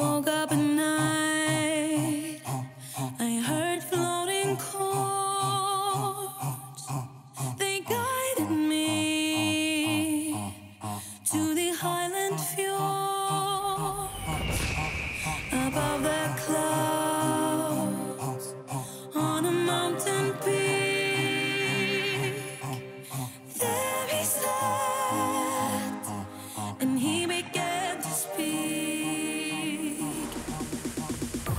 Woke up at night. I heard floating chords. They guided me to the highland fjord. Above the clouds, on a mountain peak, there he sat. And he began to speak.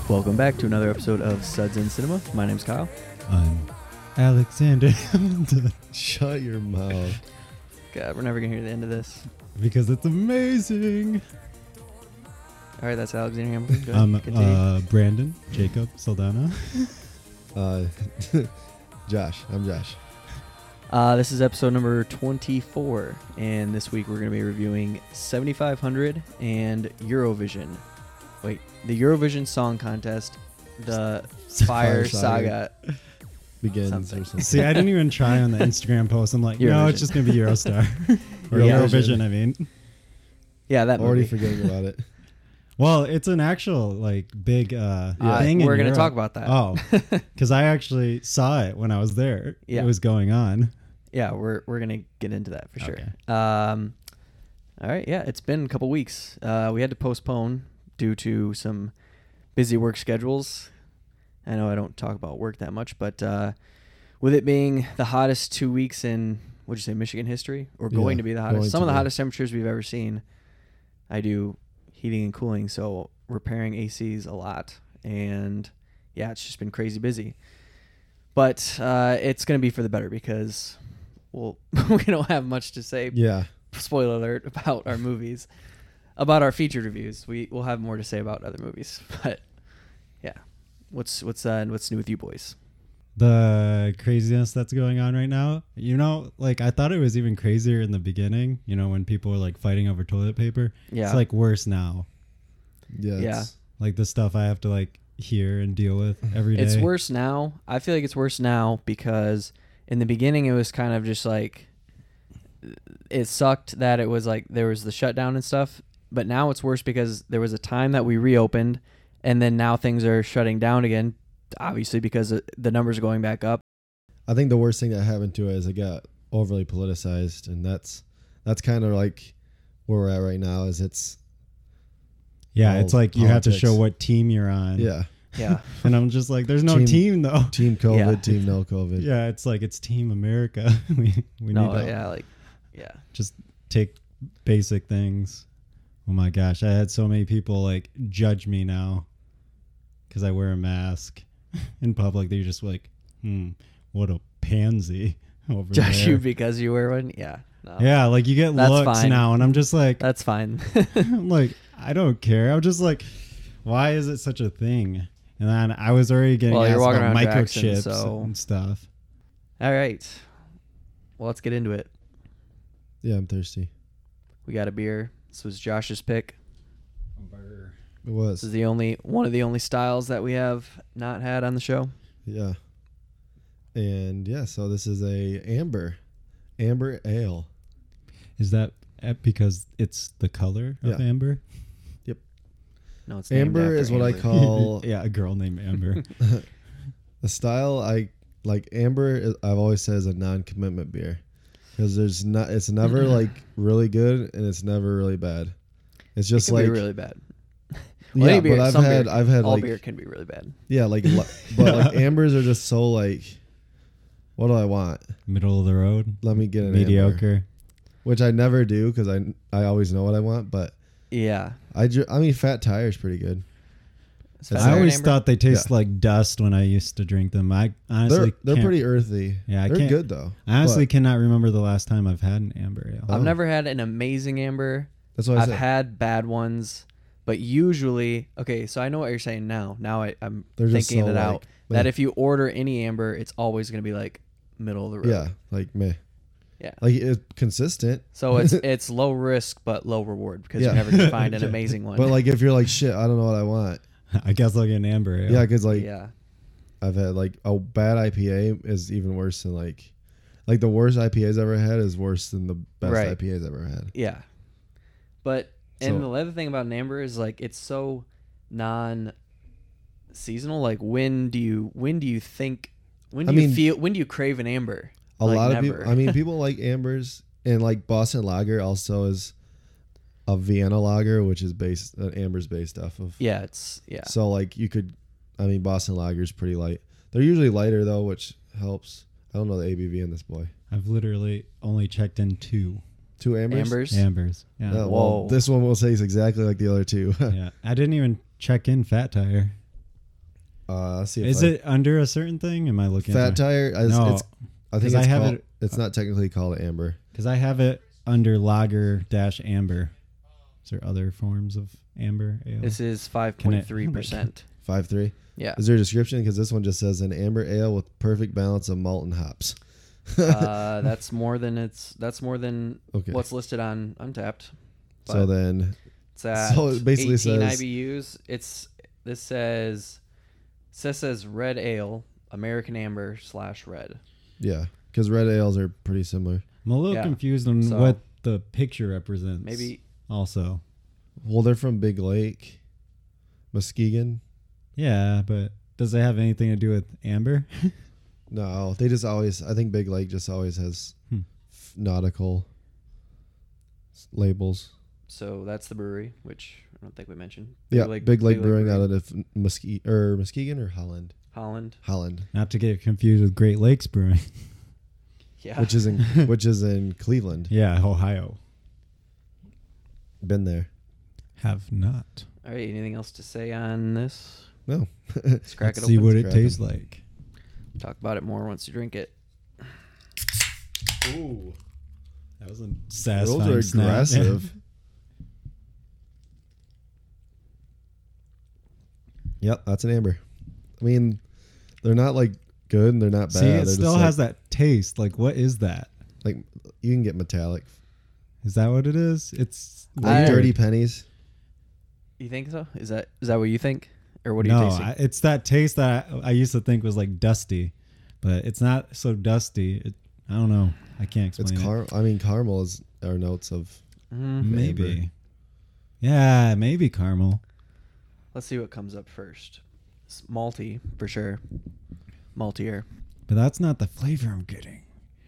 Welcome back to another episode of Suds in Cinema. My name's Kyle. I'm Alexander Hamilton. Shut your mouth. God, we're never gonna hear the end of this. Because it's amazing. All right, that's Alexander Hamilton. Go ahead, I'm continue. uh, Brandon, Jacob, Saldana. Uh, Josh, I'm Josh. Uh, this is episode number 24, and this week we're going to be reviewing 7500 and Eurovision. Wait, the Eurovision Song Contest, the Fire Fire Saga. Saga. Begins Something. or something. See, I didn't even try on the Instagram post. I'm like, no, Eurovision. it's just going to be Eurostar. or Yeah. Eurovision, I mean. Yeah, that Already movie. forgetting about it. Well, it's an actual, like, big uh, Uh, thing. we're going gonna to talk about that. Oh, because I actually saw it when I was there. Yeah. It was going on. Yeah, we're we're gonna get into that for sure. Okay. Um, all right, yeah, it's been a couple weeks. Uh, we had to postpone due to some busy work schedules. I know I don't talk about work that much, but uh, with it being the hottest two weeks in what'd you say Michigan history, or going Yeah, to be the hottest, going some to of the be. hottest temperatures we've ever seen. I do heating and cooling, so repairing ACs a lot, and yeah, it's just been crazy busy. But uh, it's gonna be for the better because well, we don't have much to say. Yeah. Spoiler alert about our movies, about our featured reviews. We will have more to say about other movies, but yeah, what's what's uh, what's new with you boys? the craziness that's going on right now. You know, like I thought it was even crazier in the beginning, you know, when people were like fighting over toilet paper. Yeah. It's like worse now. Yeah. it's- Like the stuff I have to like hear and deal with every day. It's worse now. I feel like it's worse now because in the beginning it was kind of just like it sucked that it was like there was the shutdown and stuff, but now it's worse because there was a time that we reopened and then now things are shutting down again obviously because it- the numbers are going back up. I think the worst thing that happened to it is it got overly politicized, and that's that's kind of like where we're at right now. Is it's Yeah, it's Oh, like you have to politics. show what team you're on. yeah, Yeah. And I'm just like, there's no team, Team- though. team COVID, Yeah. team no COVID. Yeah, it's like it's Team America. we we no, need to yeah, like yeah. just take basic things. Oh my gosh, I had so many people like judge me now because I wear a mask in public. They're just like, hmm, what a pansy over Judge there. you because you wear one. Yeah. No. yeah, like you get That's looks fine. now, and I'm just like, That's fine. I'm like, I don't care. I'm just like, why is it such a thing? And then I was already getting Well, you're asked walking about around Jackson, microchips so- and stuff. All right. Well, let's get into it. yeah, I'm thirsty. We got a beer. This was Josh's pick. It This is was the only one of the only styles that we have not had on the show. yeah, and yeah. So this is a amber, amber ale. Is that eh, because it's the color of Yeah. amber? No, it's named Amber after is what I Amber. call yeah, a girl named Amber. the style I like amber is- I've always said is a non-commitment beer because there's not it's never Mm-hmm. like really good and it's never really bad it's It just can like be really bad. Well, yeah any beer, but I've some had beer, I've had all like beer can be really bad. yeah like li- but like ambers are just so like what do I want Middle of the road. let me get an amber, Mediocre. which I never do because I I always know what I want but Yeah, I ju- I mean fat tire is pretty good It's I Fat I Iron always Amber. thought they taste like dust when I used to drink them. I honestly they're they're can't- pretty earthy Yeah, I they're can't- good though I honestly but cannot remember the last time I've had an amber ale. I've never had an amazing amber. that's what I I've said had bad ones, but usually, okay. So I know what you're saying now. Now I, I'm They're just thinking so, it out. like, that meh. if you order any amber, it's always going to be like middle of the road. yeah like meh Yeah. like it's consistent So it's it's low risk but low reward because Yeah. you're never going to find an Yeah. amazing one. But like, if you're like, shit, I don't know what I want. I guess I'll get an amber ale. Yeah, because like, yeah, I've had like a bad IPA is even worse than like, like the worst IPAs I've ever had is worse than the best Right. IPAs I've ever had. yeah. But and So- the other thing about an amber is like it's so non seasonal. Like when do you when do you think when do I you mean- feel when do you crave an amber? A Like, lot of never. people. I mean, people like ambers and like Boston Lager also is a Vienna Lager, which is based uh, ambers based off of. yeah, it's yeah. So like you could, I mean, Boston Lager is pretty light. They're usually lighter though, which helps. I don't know the ABV in this boy. I've literally only checked in two Two ambers. Ambers. ambers. Yeah. Yeah, well, Whoa. this one will taste exactly like the other two. yeah. I didn't even check in Fat Tire. uh, let's see if Is I- it under a certain thing? Am I looking Fat at my- Tire? It's, No. it's, I 'Cause think it's, I have called- it- uh, it's not technically called amber. Because I have it under lager dash amber. Is there other forms of amber ale? This is five point three percent. Five three. Yeah. Is there a description? Because this one just says an amber ale with perfect balance of malt and hops. Uh, that's more than it's that's more than Okay. what's listed on Untapped. so then, It's at So it basically 18 says- IBUs. It's this says this says red ale, American amber slash red. yeah, because red ales are pretty similar. I'm a little Yeah. confused on So- what the picture represents. Maybe Also. Well, they're from Big Lake, Muskegon. Yeah, but does it have anything to do with amber? No, they just always. I think Big Lake just always has Hmm. f- nautical s- labels. so that's the brewery, which I don't think we mentioned. yeah, Big Lake Brewing out of F- Muske- or Muskegon or Holland, Holland. Holland, Not to get confused with Great Lakes Brewing. Yeah. which is in which is in Cleveland. yeah, Ohio. Been there. Have not. All right, anything else to say on this? No. Let's crack Let's it see open. what it Crack 'em. tastes like. Talk about it more once you drink it. Ooh. That was a Those satisfying are snap. aggressive. yep, that's an amber. I mean, they're not like good and they're not bad. See, They're it just, still like- has that taste. Like, what is that? like you can get metallic, Is that what it is? It's I- like weird. dirty pennies. You think so? Is that is that what you think, or what are you No, tasting? I, it's that taste that I, I used to think was like dusty, but it's not so dusty. It, I don't know. I can't It's explain. it. car. I mean, caramel is are notes of. Mm, Maybe. Amber. Yeah, maybe caramel. let's see what comes up first. It's malty for sure. Maltier. But that's not the flavor I'm getting.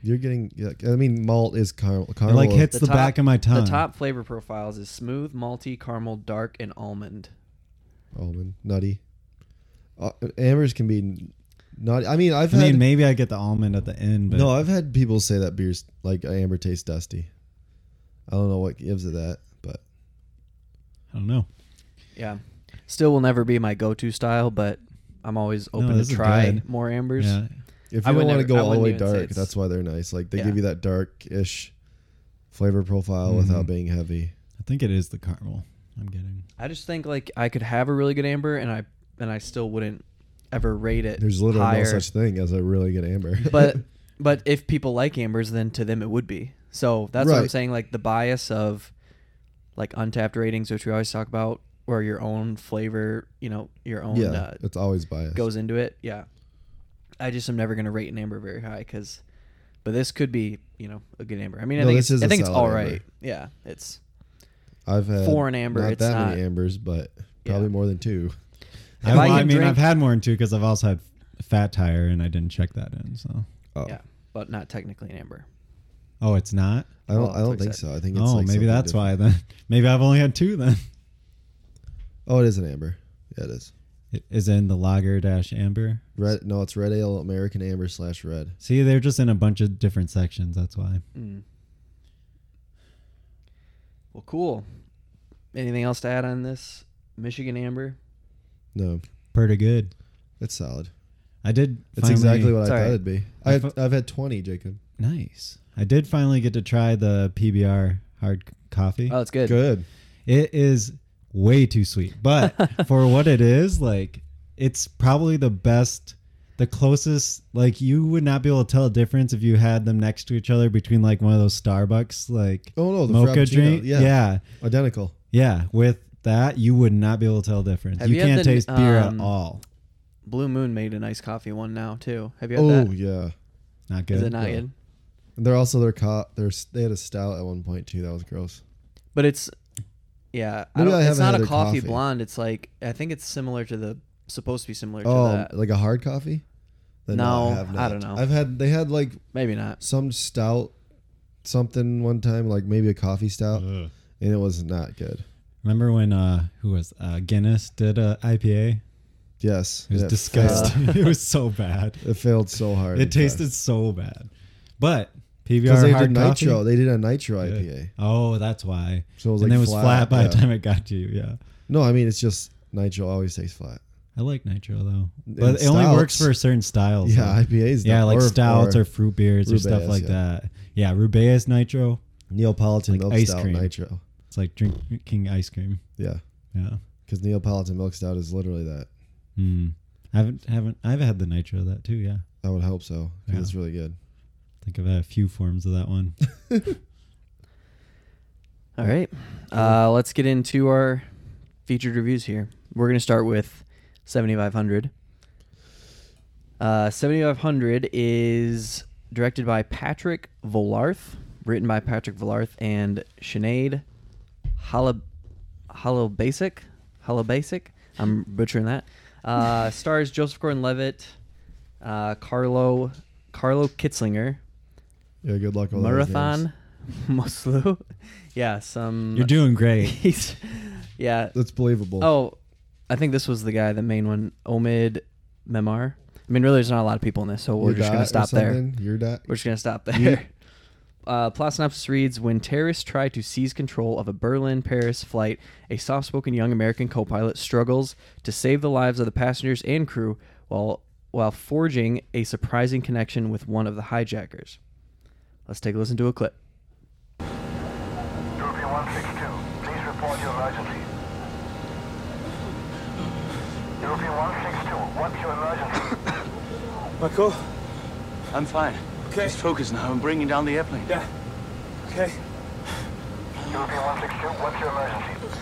You're getting. yeah, I mean, malt is caramel. It Caramel. like is- hits the, back of my tongue. The top flavor profiles is smooth, malty, caramel, dark, and almond. almond, nutty. Uh, ambers can be nutty. I mean, I've I had mean, maybe I get the almond at the end, but no. I've had people say that beers like amber tastes dusty. I don't know what gives it that, but I don't know. Yeah. Still will never be my go to style, but I'm always open this to is try good. more ambers. Yeah, If I you would don't want never- to go I all the wouldn't way even say dark, it's- that's why they're nice. Like they Yeah. give you that dark-ish flavor profile without Mm-hmm. being heavy. I think it is the caramel I'm getting. I just think like I could have a really good amber and I and I still wouldn't ever rate it. There's literally higher. no such thing as a really good amber. but but if people like ambers, then to them it would be. So that's what I'm Right. saying. Like the bias of like untapped ratings, which we always talk about, or your own flavor, you know, your own yeah, uh, it's always biased. goes into it. Yeah, I just am never gonna rate an amber very high because, but this could be you know a good amber. I mean, I No, think this it's, is I a think it's solid all amber. right. Yeah, it's I've had for an amber, Not it's that not- many ambers, but probably Yeah. more than two. I, If I well, I can mean, drink- I've had more than two because I've also had fat tire and I didn't check that in. So, Oh, yeah, but not technically an amber. oh, it's not. I don't. Oh, I that's don't what think I said. so. I think it's Oh, maybe like something that's different. why then. Maybe I've only had two then. Oh, it is an amber. Yeah, it is. It is in the lager dash amber. Red. No, it's red ale, American amber slash red. See, they're just in a bunch of different sections. That's why. Mm. Well, cool. Anything else to add on this Michigan amber? No, Pretty good. it's solid. I did. It's exactly what I It's all thought right. it'd be. I I had, fo- I've had twenty, Jacob. Nice. I did finally get to try the PBR hard c- coffee. Oh, it's good. Good. It is way too sweet, but for what it is, like it's probably the best, the closest. Like you would not be able to tell a difference if you had them next to each other between like one of those Starbucks like Oh no, the mocha Frappuccino, drink. Yeah, yeah, identical. yeah. With that, you would not be able to tell a difference. Have you you had can't the- taste beer um, at all. Blue Moon made a nice coffee one now too. Have you had Oh that? yeah. Not good. Is it not good? And They're also their cop. They're they had a stout at one point too. That was gross. But it's Yeah, I Maybe don't, I it's haven't not had a a coffee, coffee. blonde. It's like I think it's similar to the supposed to be similar to Oh, that. like a hard coffee? Then No, have I not. don't know. I've had they had like Maybe not. some stout something one time, like maybe a coffee stout, Ugh. and it was not good. Remember when uh who was uh Guinness did a IPA? Yes, It was it disgusting. it was so bad. failed- It failed so hard. It tasted so bad. But PBR because they hard did coffee? nitro. They did a nitro Yeah. IPA. Oh, that's why. So it was and like it was flat, flat, by the yeah. time it got to you. Yeah. No, I mean it's just nitro always tastes flat. I like nitro though, but it only stouts. works for certain styles. Yeah, though. IPAs. yeah, don't- like stouts or, fruit beers or stuff Rubeus, like yeah. that. Yeah, Rubeus nitro. Neapolitan like milk ice stout cream. nitro. It's like drinking ice cream. Yeah, Yeah. because Neapolitan milk stout is literally that. Hmm. I haven't haven't I've had the nitro of that too. Yeah. I would hope so. 'cause Yeah. It's really good. I think I've had a few forms of that one. All right, uh, let's get into our featured reviews here. We're gonna start with 7500. Uh, 7500 is directed by Patrick Volarth, written by Patrick Volarth and Sinead Hollow Basic. Hollow Basic. I'm butchering that. Uh, stars Joseph Gordon-Levitt, uh, Carlo Carlo Kitzlinger, Yeah, good luck. with all those names. Marathon Moslu. yeah, some. You're doing great. He's, yeah. That's believable. Oh, I think this was the guy, the main one, Omid Memar. I mean, really, there's not a lot of people in this, so we're Your just dot gonna or stop there. something? Your dot. We're just gonna stop there. Uh, plot synopsis reads: When terrorists try to seize control of a Berlin-Paris flight, a soft-spoken young American co-pilot struggles to save the lives of the passengers and crew while while forging a surprising connection with one of the hijackers. Let's take a listen to a clip. European 162, please report your emergency. European 162, what's your emergency? Michael? I'm fine. Okay. Just focus now. I'm bringing down the airplane. Yeah. Okay. European 162, what's your emergency?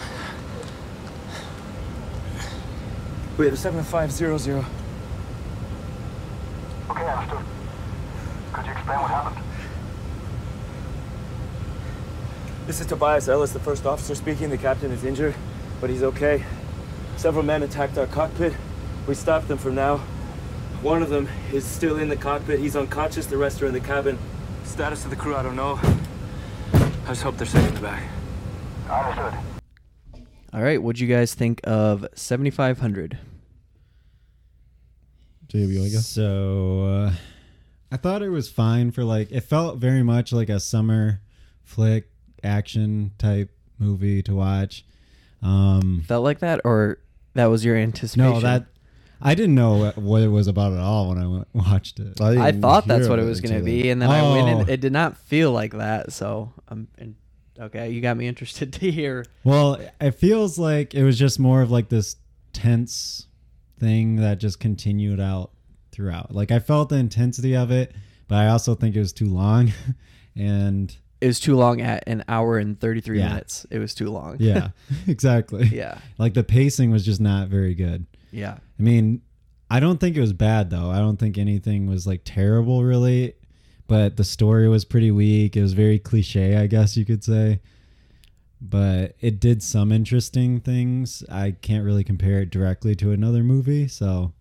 We have 7500. Okay, understood. Could you explain what happened? This is Tobias Ellis, the first officer speaking. The captain is injured, but he's okay. Several men attacked our cockpit. We stopped them for now. One of them is still in the cockpit. He's unconscious. The rest are in the cabin. Status of the crew, I don't know. I just hope they're safe in the back. Understood. All right, what'd you guys think of 7500? JB, you wanna go? So uh, I thought it was fine for like it felt very much like a summer flick action type movie to watch. Um Felt like that, or that was your anticipation? no, that I didn't know what- what it was about at all when I wa- watched it. I didn't thought that's hear what it of was going to until be, and then I went and Oh. it did not feel like that. So I'm and, okay. You got me interested to hear. Well, it feels like it was just more of like this tense thing that just continued out throughout. Like I felt the intensity of it, but I also think it was too long and It was too long at an hour and 33 Yeah. minutes. It was too long. yeah, exactly. yeah, Like the pacing was just not very good. yeah. I mean, I don't think it was bad though. I don't think anything was like terrible really, but the story was pretty weak. It was very cliche, I guess you could say. But it did some interesting things. I can't really compare it directly to another movie, so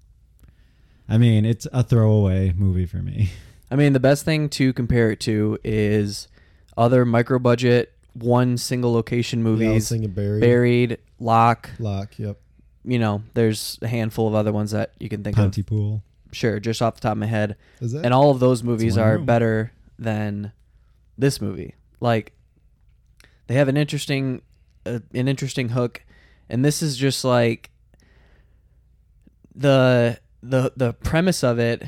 I mean, it's a throwaway movie for me. I mean, the best thing to compare it to is other micro budget, one single location Yeah, I was movies, thinking Barry. Buried, Lock. Lock. Yep. You know, there's a handful of other ones that you can think of. Pontypool. Sure, just off the top of my head. Is that? and all of those movies one are room. better than this movie. Like they have an interesting uh, an interesting hook and this is just like the the the premise of it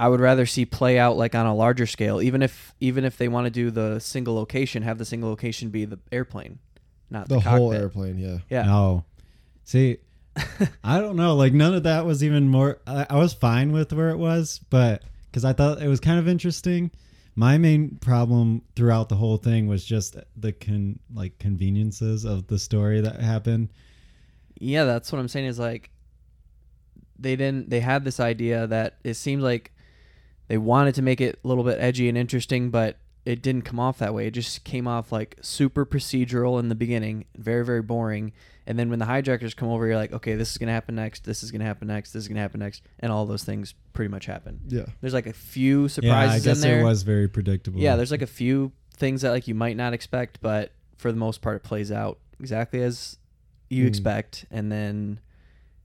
I would rather see play out like on a larger scale even if even if they want to do the single location have the single location be the airplane not the, the whole cockpit. airplane. Yeah. Yeah. No. See, I don't know. Like none of that was even more. I, I was fine with where it was, but because I thought it was kind of interesting. My main problem throughout the whole thing was just the con like conveniences of the story that happened. Yeah, that's what I'm saying is like they didn't they had this idea that it seemed like they wanted to make it a little bit edgy and interesting, but it didn't come off that way. It just came off like super procedural in the beginning, very very boring. And then when the hijackers come over, you're like, okay, this is gonna happen next. This is gonna happen next. This is gonna happen next. And all those things pretty much happen. Yeah. There's like a few Yeah, I surprises guess in there. it was very predictable. Mm. Yeah, there's like a few things that like you might not expect, but for the most part, it plays out exactly as Mm. you expect. And then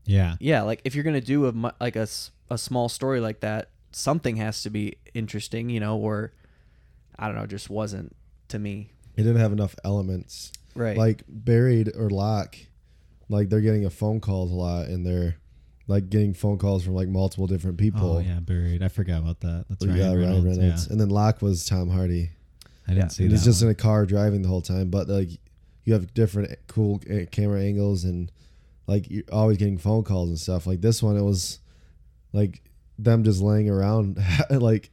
yeah, yeah, like if you're gonna do a mu- like a, s- a small story like that, something has to be interesting, you know, or I don't know, just wasn't to me. It didn't have enough elements. Right. Like buried or lock, like they're getting a phone calls a lot, and they're like getting phone calls from like multiple different people. Oh yeah, buried. I forgot about that. That's Yeah, right. Ryan Reynolds. Reynolds. Yeah. And then Locke was Tom Hardy. I didn't see And that. he's just one. in a car driving the whole time, but like you have different cool uh, camera angles and like you're always getting phone calls and stuff. Like this one, it was like them just laying around. like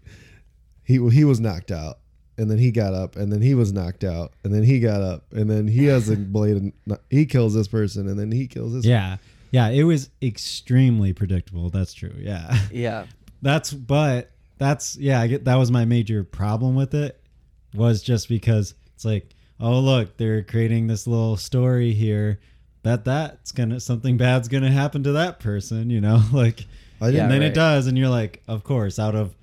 he he was knocked out, and then he got up, and then he was knocked out, and then he got up, and then he has a blade, and he kills this person, and then he kills this. yeah, yeah. It was extremely predictable. That's true. Yeah, Yeah, that's but that's yeah. I get that was my major problem with it was just because it's like oh look they're creating this little story here that that's gonna something bad's gonna happen to that person you know like I didn't. Yeah, and then right. it does and you're like of course out of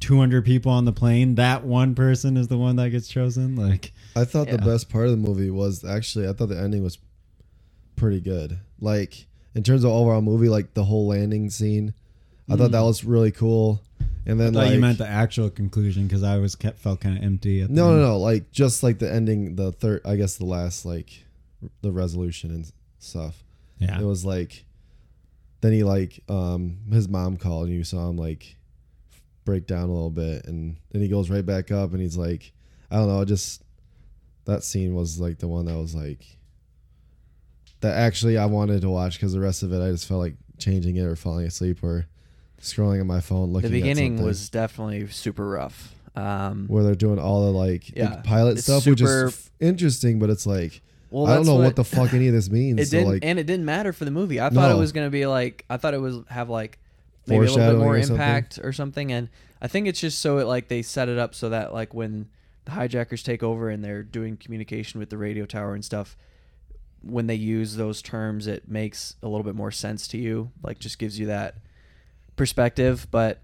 200 people on the plane that one person is the one that gets chosen like I thought the Yeah. best part of the movie was actually I thought the ending was pretty good. Like in terms of overall movie, like the whole landing scene, I thought that was really cool. And then I thought like you meant the actual conclusion because I was kept felt kind of empty. At the no, no, end. no, like just like the ending, the third, I guess the last like the resolution and stuff. Yeah, It was like then he like um his mom called and you saw him like break down a little bit and then he goes right back up and he's like I don't know, it just that scene was like the one that was like that actually I wanted to watch cuz the rest of it I just felt like changing it or falling asleep or scrolling on my phone the looking at beginning something. was definitely super rough. Um, where they're doing all the like the Yeah. pilot It's stuff which is super- f- interesting but it's like well, I don't that's know what, the fuck any of this means it so didn't, like and it didn't matter for the movie. I thought No. it was gonna be like I thought it was have like maybe a little bit Foreshadowing more or something. impact or something. And I think it's just so it like they set it up so that like when the hijackers take over and they're doing communication with the radio tower and stuff, when they use those terms, it makes a little bit more sense to you. Like just gives you that perspective. But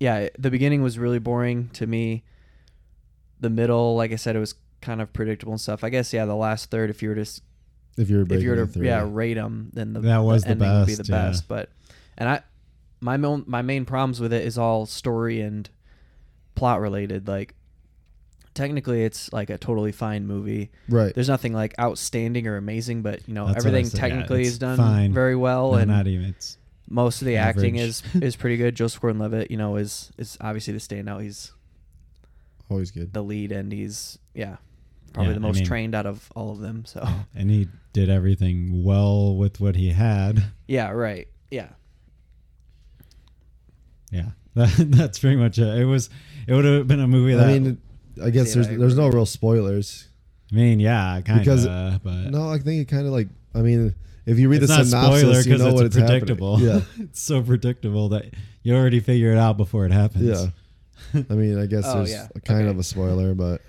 yeah, the beginning was really boring to me. The middle, like I said, it was kind of predictable and stuff. I guess yeah, the last third, if you were to s- if you're if you were to through, yeah rate them, then the That was the ending would be the best, yeah. best. But and I my main my main problems with it is all story and plot related. Like technically, it's like a totally fine movie. right There's nothing like outstanding or amazing, but you know That's what I everything said, yeah, technically it's is done fine. very well, No, and not even. It's most of the acting average. is is pretty good. Joseph Gordon-Levitt, you know, is is obviously the standout. He's always good the lead, and he's yeah probably Yeah, the I most mean- trained out of all of them. So and he did everything well with what he had. yeah, right, yeah. Yeah, that, that's pretty much it. It was. It would have been a movie that. I mean, I guess See, there's like- there's no real spoilers. yeah, kind Because- of. But No, I think it kind of like I mean, if you read it's the not synopsis, spoiler you because know it's what it's happening. predictable. it's so predictable that you already figure it out before it happens. Yeah, yeah. I mean, I guess Oh, there's yeah. a kind Okay. of a spoiler, but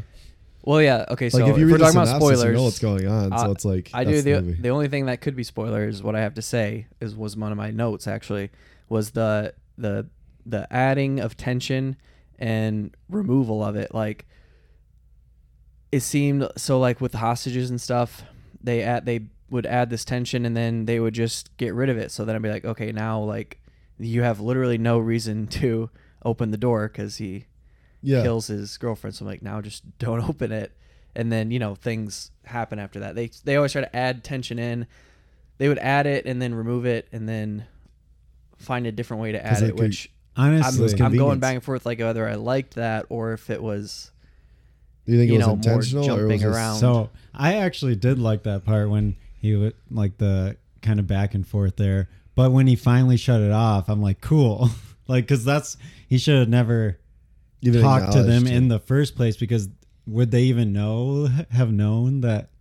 Well, yeah. Okay, so like if you if we're read the talking about synopsis, spoilers, you know what's going on. uh, so it's like I that's do the, the movie. the only thing that could be spoilers. What I have to say is was one of my notes actually was the the the adding of tension and removal of it. Like it seemed so like with the hostages and stuff, they add they would add this tension and then they would just get rid of it. So then I'd be like, okay, now like you have literally no reason to open the door because he yeah, kills his girlfriend. So I'm like, now just don't open it. And then you know things happen after that. They they always try to add tension in. They would add it and then remove it and then find a different way to add they it, could- which I'm, honestly, I'm going convenience. back and forth like whether I liked that or if it was do you think you it was know, more intentional or it was jumping just- around. So I actually did like that part when he would like the kind of back and forth there. But when he finally shut it off, I'm like, cool. like, cause that's, he should have never even talked to them acknowledged it? in the first place because would they even know, have known that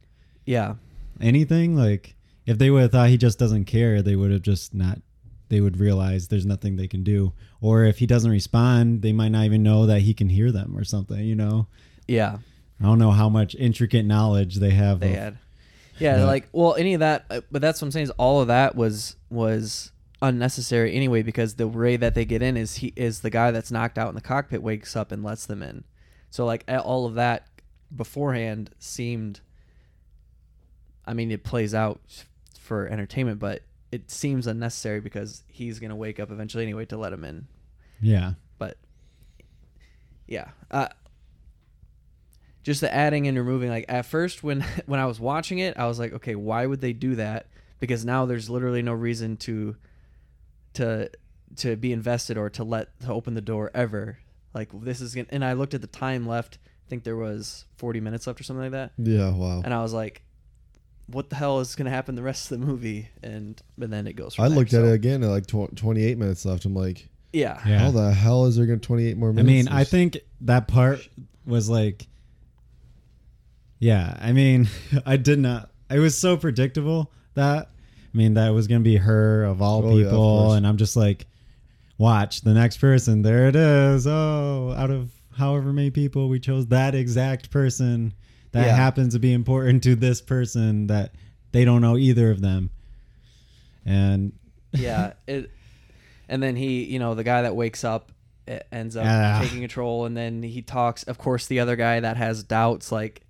yeah anything? Like, if they would have thought he just doesn't care, they would have just not they would realize there's nothing they can do. Or if he doesn't respond, they might not even know that he can hear them or something, you know? Yeah, I don't know how much intricate knowledge they have. they of- had. Yeah, like well, any of that, uh, but that's what I'm saying is all of that was was unnecessary anyway because the way that they get in is he is the guy that's knocked out in the cockpit wakes up and lets them in. So like a- all of that beforehand seemed. I mean, it plays out for entertainment, but it seems unnecessary because he's gonna wake up eventually anyway to let him in. Yeah. but yeah uh just the adding and removing like at first when when i was watching it i was like okay why would they do that because now there's literally no reason to to to be invested or to let to open the door ever like this is gonna and i looked at the time left i think there was 40 minutes left or something like that Yeah, wow. and i was like what the hell is gonna happen the rest of the movie and and then it goes from I there, looked at so- it again at like tw- 28 minutes left. I'm like, yeah Yeah. how the hell is there going to 28 more I minutes? mean, I think that part was like, yeah. I mean, I did not. It was so predictable that I mean that was gonna be her of all Oh, yeah, of people, course. and I'm just like, watch the next person. There it is. Oh, out of however many people we chose, that exact person that Yeah. happens to be important to this person that they don't know either of them, and yeah it and then he you know the guy that wakes up e- ends up Yeah. taking control and then he talks of course the other guy that has doubts like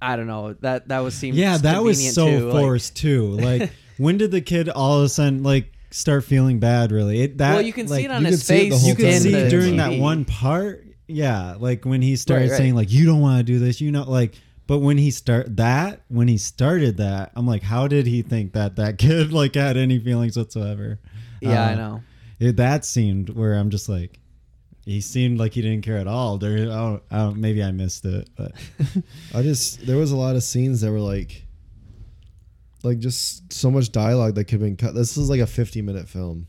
i don't know that that was seemed yeah that was convenient, so too, like- forced too like when did the kid all of a sudden like start feeling bad really it, that well you can like, see it on you his could see it the face whole you time. can in see the during TV. that one part yeah like when he started right. saying like you don't want to do this you know like but when he start that when he started that i'm like how did he think that that kid like had any feelings whatsoever yeah i Uh, know it, that seemed where i'm just like he seemed like he didn't care at all there I don't, I don't, maybe i missed it but I just there was a lot of scenes that were like, like just so much dialogue that could have been cut. This is like a 50 minute film,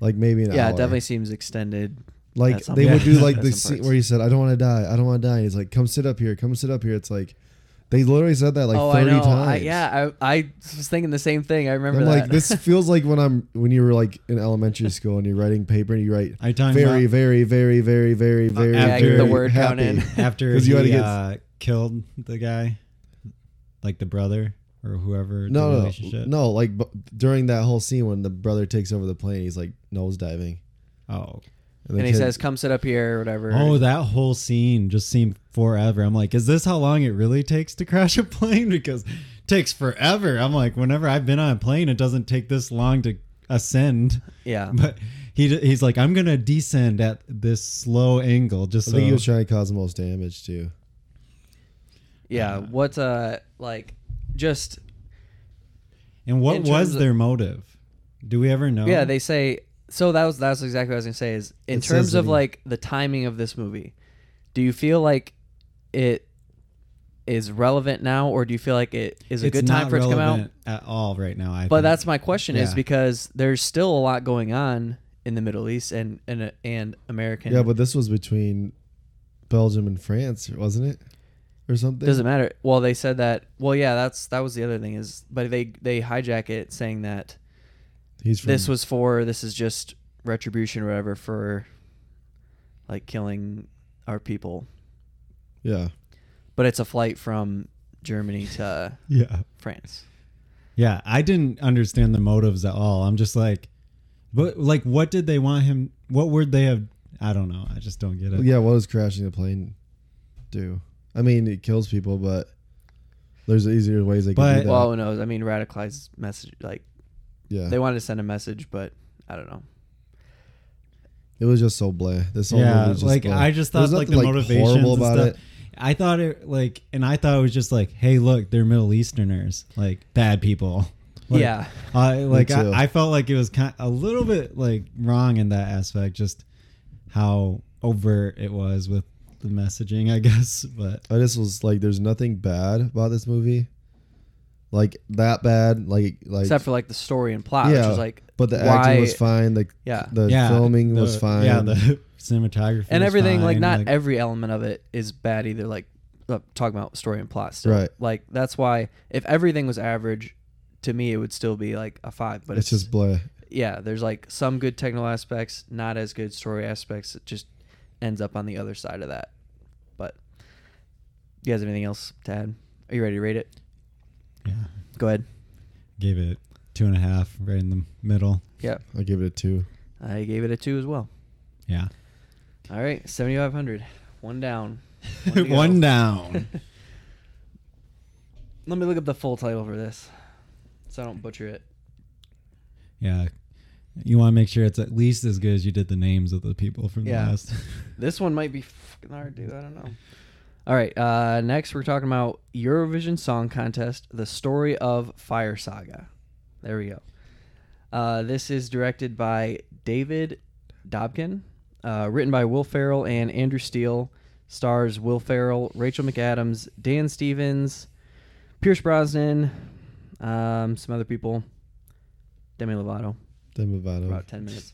like maybe an yeah hour. it definitely seems extended Like at some they would parts. do like At the some scene parts. where he said, "I don't want to die. I don't want to die." And he's like, "Come sit up here. Come sit up here." It's like they literally said that like oh 30 i know times. I, yeah I, I was thinking the same thing i remember I'm that. like, this feels like when I'm when you were like in elementary school and you're writing paper and you write Are you talking very, about- very, very, very, very, very, yeah, get very the word count happy. in. after 'Cause he you had to get- uh, killed the guy, like the brother or whoever. the No, no, relationship. no. Like b- during that whole scene when the brother takes over the plane, he's like nose diving, Oh, the and he kid- says come sit up here or whatever oh, that whole scene just seemed forever. I'm like, is this how long it really takes to crash a plane? Because it takes forever. I'm like, whenever I've been on a plane, it doesn't take this long to ascend. yeah But he d- he's like, I'm gonna descend at this slow angle. Just I so think he was trying to cause the most damage too. yeah what uh like just and in what terms was of- their motive? Do we ever know? Yeah, they say so. That was that's exactly what I was gonna say. Is in Oh. It says terms that of he- like the timing of this movie, do you feel like it is relevant now, or do you feel like it is a It's good time not for it to come out? relevant at all right now. I But think. that's my question is Yeah. because there's still a lot going on in the Middle East and and and American. Yeah, but this was between Belgium and France, wasn't it, or something? doesn't matter. Well, they said that. Well, yeah, that's that was the other thing is, but they they hijack it saying that He's from, this was for this is just retribution or whatever for like killing our people yeah. but it's a flight from Germany to yeah. France. Yeah, I didn't understand the motives at all. I'm just like, but like, what did they want him? What would they have? I don't know. I just don't get it. Well, yeah, what does crashing a plane do? I mean, it kills people, but there's easier ways they can But- do that. Well, who knows? I mean, radicalized message. Like yeah, they wanted to send a message, but I don't know. it was just so blah. This whole yeah, movie was just like blah. I just There's thought like nothing, the motivations horrible and about stuff. it. I thought it like, and I thought it was just like, hey, look, they're Middle Easterners, like bad people. Like, yeah, I like too. I, I felt like it was kind a little bit like wrong in that aspect, just how overt it was with the messaging, I guess. But I just was like, there's nothing bad about this movie, like that bad, like like except for like the story and plot, which Yeah, is like, But the why, acting was fine. The Yeah. the yeah, filming the- was fine. Yeah, the cinematography and was everything. like fine, not every element of it is bad either. Like uh, talking about story and plot, still. Right. Like that's why if everything was average, to me it would still be like a five. But it's just blah. yeah, there's like some good technical aspects, not as good story aspects. It just ends up on the other side of that. But you guys have anything else to add? Are you ready to rate it? Yeah. Go ahead. Gave it two and a half, right in the middle. Yeah, I give it a two. I gave it a two as well. Yeah. All right, seventy five hundred. One down. to go. One down. Let me look up the full title for this, so I don't butcher it. yeah. You want to make sure it's at least as good as you did the names of the people from Yeah. the last. This one might be fucking hard, dude. I don't know. All right. Uh, next, we're talking about Eurovision Song Contest: The Story of Fire Saga. There we go. Uh, this is directed by David Dobkin, uh, written by Will Farrell and Andrew Steele. Stars Will Farrell, Rachel McAdams, Dan Stevens, Pierce Brosnan, um, some other people. Demi Lovato Demi for Lovato. about 10 minutes.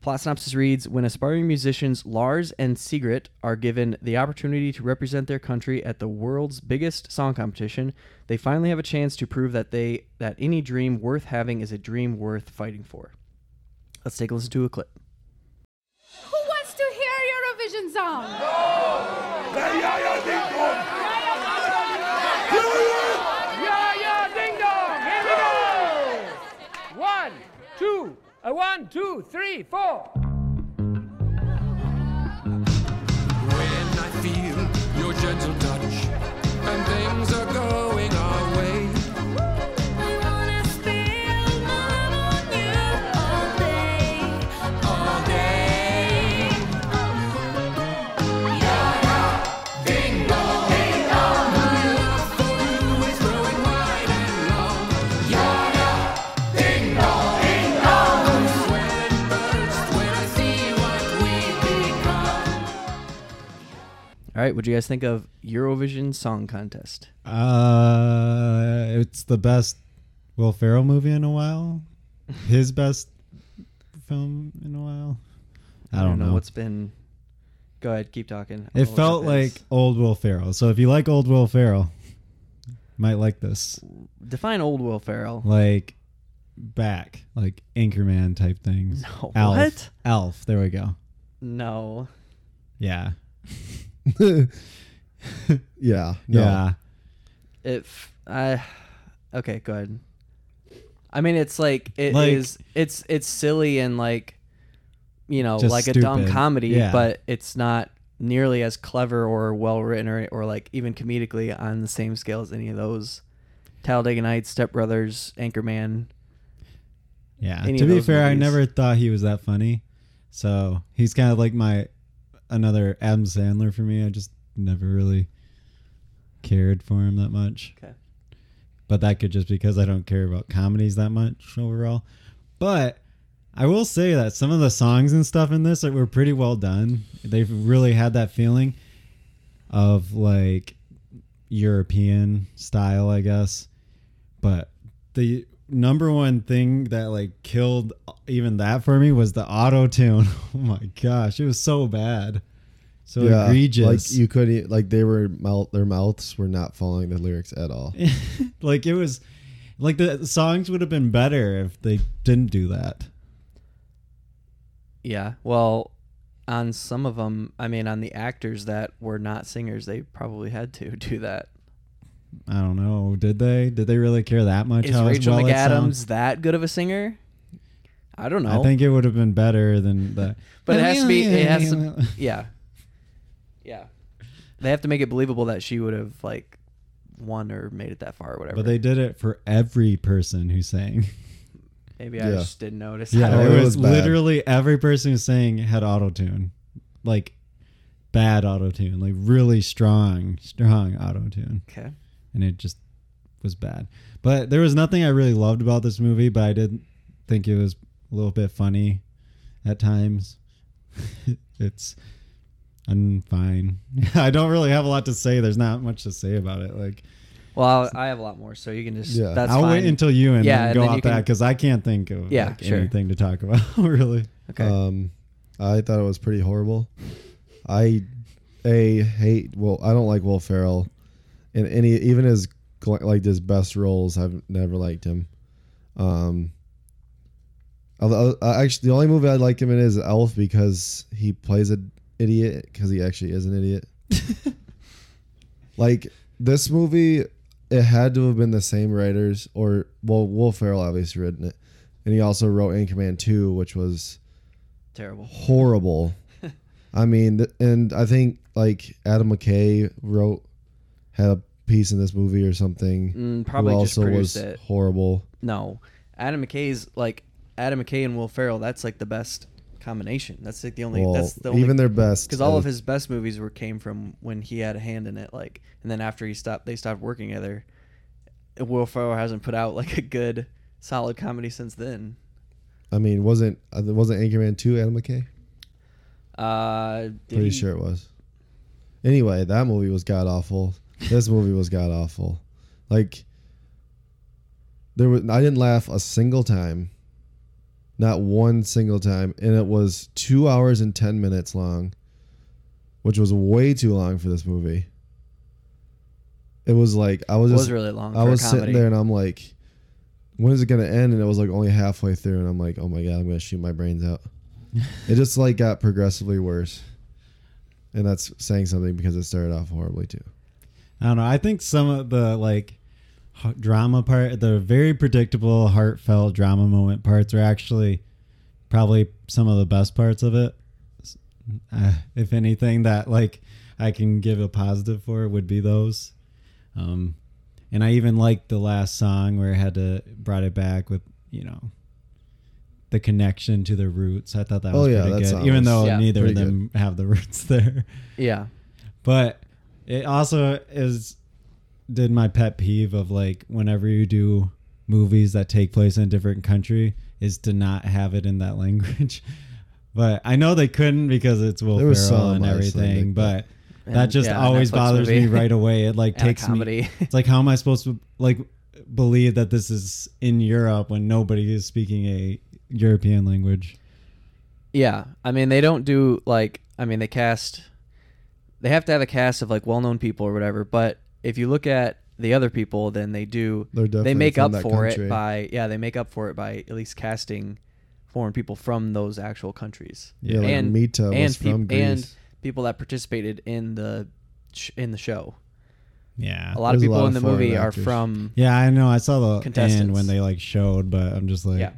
Plot synopsis reads When aspiring musicians Lars and Sigrid are given the opportunity to represent their country at the world's biggest song competition, they finally have a chance to prove that they that any dream worth having is a dream worth fighting for. Let's take a listen to a clip. Who wants to hear Eurovision song? Yeah, yeah, ding dong. Here we go. One, two, uh, one, two, three, four. When I feel your gentle touch and things are going our way. I wanna spill my love on you all day, all day. All right, what do you guys think of Eurovision Song Contest? Uh, it's the best Will Ferrell movie in a while. His best film in a while. I don't, know. what's been. Go ahead, keep talking. I'll it look up felt like his- old Will Ferrell. So if you like old Will Ferrell, might like this. define old Will Ferrell. Like back, like Anchorman type things. No, Alf. what? Alf. There we go. No, Yeah. yeah. No. Yeah. if I okay, go ahead. I mean, it's like it is. Like- It's it's silly and like you know, Just like a dumb stupid. comedy, Yeah. but it's not nearly as clever or well written or or like even comedically on the same scale as any of those. Talladega Nights, Step Brothers, Anchorman. Yeah. any to of be those fair, I movies. never thought he was that funny. So he's kind of like my another Adam Sandler for me. I just never really cared for him that much. Okay. But that could just because I don't care about comedies that much overall. But I will say that some of the songs and stuff in this are, were pretty well done. They've really had that feeling of like European style, I guess. But the number one thing that like killed even that for me was the auto tune. Oh my gosh, it was so bad, so Yeah, egregious. Like you couldn't. e, Like they were mouth. Their mouths were not following the lyrics at all. like it was, like the songs would have been better if they didn't do that. Yeah. Well, on some of them, I mean, on the actors that were not singers, they probably had to do that. I don't know. Did they? Did they really care that much? Is how Rachel well it sounds? McAdams that good of a singer? I don't know. I think it would have been better than the. But it has to be. It has to. Yeah. Yeah. They have to make it believable that she would have like won or made it that far or whatever. But they did it for every person who sang. Maybe I Yeah. just didn't notice. I Yeah, don't Oh, it know. it was, was bad. literally every person who sang had auto tune, like bad auto tune, like really strong, strong auto tune, Okay. and it just was bad. But there was nothing I really loved about this movie, but I did think it was a little bit funny at times. it's I'm fine. I don't really have a lot to say. There's not much to say about it. Like Well, I'll, I have a lot more, so you can just. Yeah. That's I'll fine. wait until you and Yeah, then and go then you off that can- because I can't think of Yeah, like, sure. anything to talk about really. okay. Um, I thought it was pretty horrible. I a hate. Well, I don't like Will Ferrell, and any even his gl- like his best roles, I've never liked him. Um, Although, uh, actually, the only movie I like him in is Elf because he plays an idiot because he actually is an idiot. like this movie, it had to have been the same writers, or well, Will Ferrell obviously written it, and he also wrote Anchorman Two, which was Terrible. horrible. I mean, th- and I think like Adam McKay wrote had a piece in this movie or something. Mm, who probably just produced it. horrible. No, Adam McKay's like Adam McKay and Will Ferrell. That's like the best combination. That's like the only. Well, that's the only, even their best. because all I of his best movies were came from when he had a hand in it. Like, and then after he stopped, they stopped working together. and Will Ferrell hasn't put out like a good, solid comedy since then. I mean, wasn't uh, wasn't Anchorman two Adam McKay? Uh, did Pretty he- sure it was. Anyway, that movie was god awful. This movie was god awful. Like there was, I didn't laugh a single time. Not one single time, and it was two hours and ten minutes long, which was way too long for this movie. It was like I was It was just really long I for a was comedy. sitting there and I'm like, when is it gonna end? And it was like only halfway through, and I'm like, oh my god, I'm gonna shoot my brains out. it just like got progressively worse, and that's saying something because it started off horribly too. I don't know. I think some of the like h- drama part, the very predictable, heartfelt drama moment parts are actually probably some of the best parts of it. S- Uh, if anything, that like I can give a positive for would be those. Um, and I even liked the last song where I had to brought it back with you know the connection to the roots. I thought that Oh, was yeah, that pretty good, song even was though Yeah. neither of pretty them have the roots there Yeah. but it also is did my pet peeve of like whenever you do movies that take place in a different country is to not have it in that language but i know they couldn't because it's will There was ferrell some and everything Icelandic, but And, that just yeah, always Netflix bothers movie. me right away it like And a takes me comedy. it's like how am i supposed to like believe that this is in europe when nobody is speaking a european language Yeah, I mean they don't do like I mean they cast they have to have a cast of like well-known people or whatever, but if you look at the other people then they do They're definitely they make from up that for country. it by yeah, they make up for it by at least casting foreign people from those actual countries. Yeah, like and Mita was and from Greece. and people that participated in the sh- in the show. yeah A lot of There's a people lot in of the movie foreign are actors. from Yeah, I know. I saw the end Contestants. when they like showed, but I'm just like, Yeah.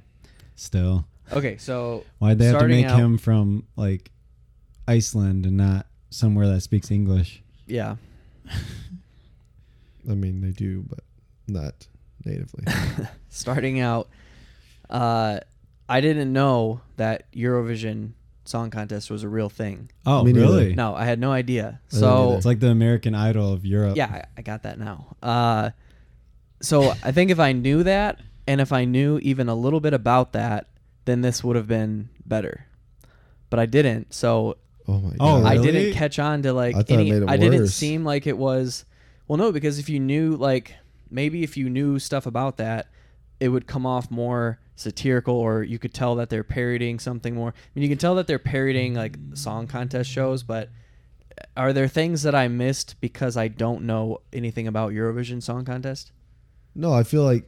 still, Okay, so why'd they have to starting make out- him from like Iceland and not somewhere that speaks English? yeah. I mean, they do, but not natively. starting out uh i didn't know that eurovision song contest was a real thing Oh, Me neither. really? no i had no idea didn't so It's like the American Idol of Europe. yeah I, I got that now uh so i think if i knew that and if i knew even a little bit about that then this would have been better but i didn't so oh my god! Oh, I really? didn't catch on to like I thought it any. made it I didn't worse. seem like it was. Well, no, because if you knew like maybe if you knew stuff about that, it would come off more satirical, or you could tell that they're parodying something more. I mean, you can tell that they're parodying like song contest shows, but are there things that I missed because I don't know anything about Eurovision Song Contest? No, I feel like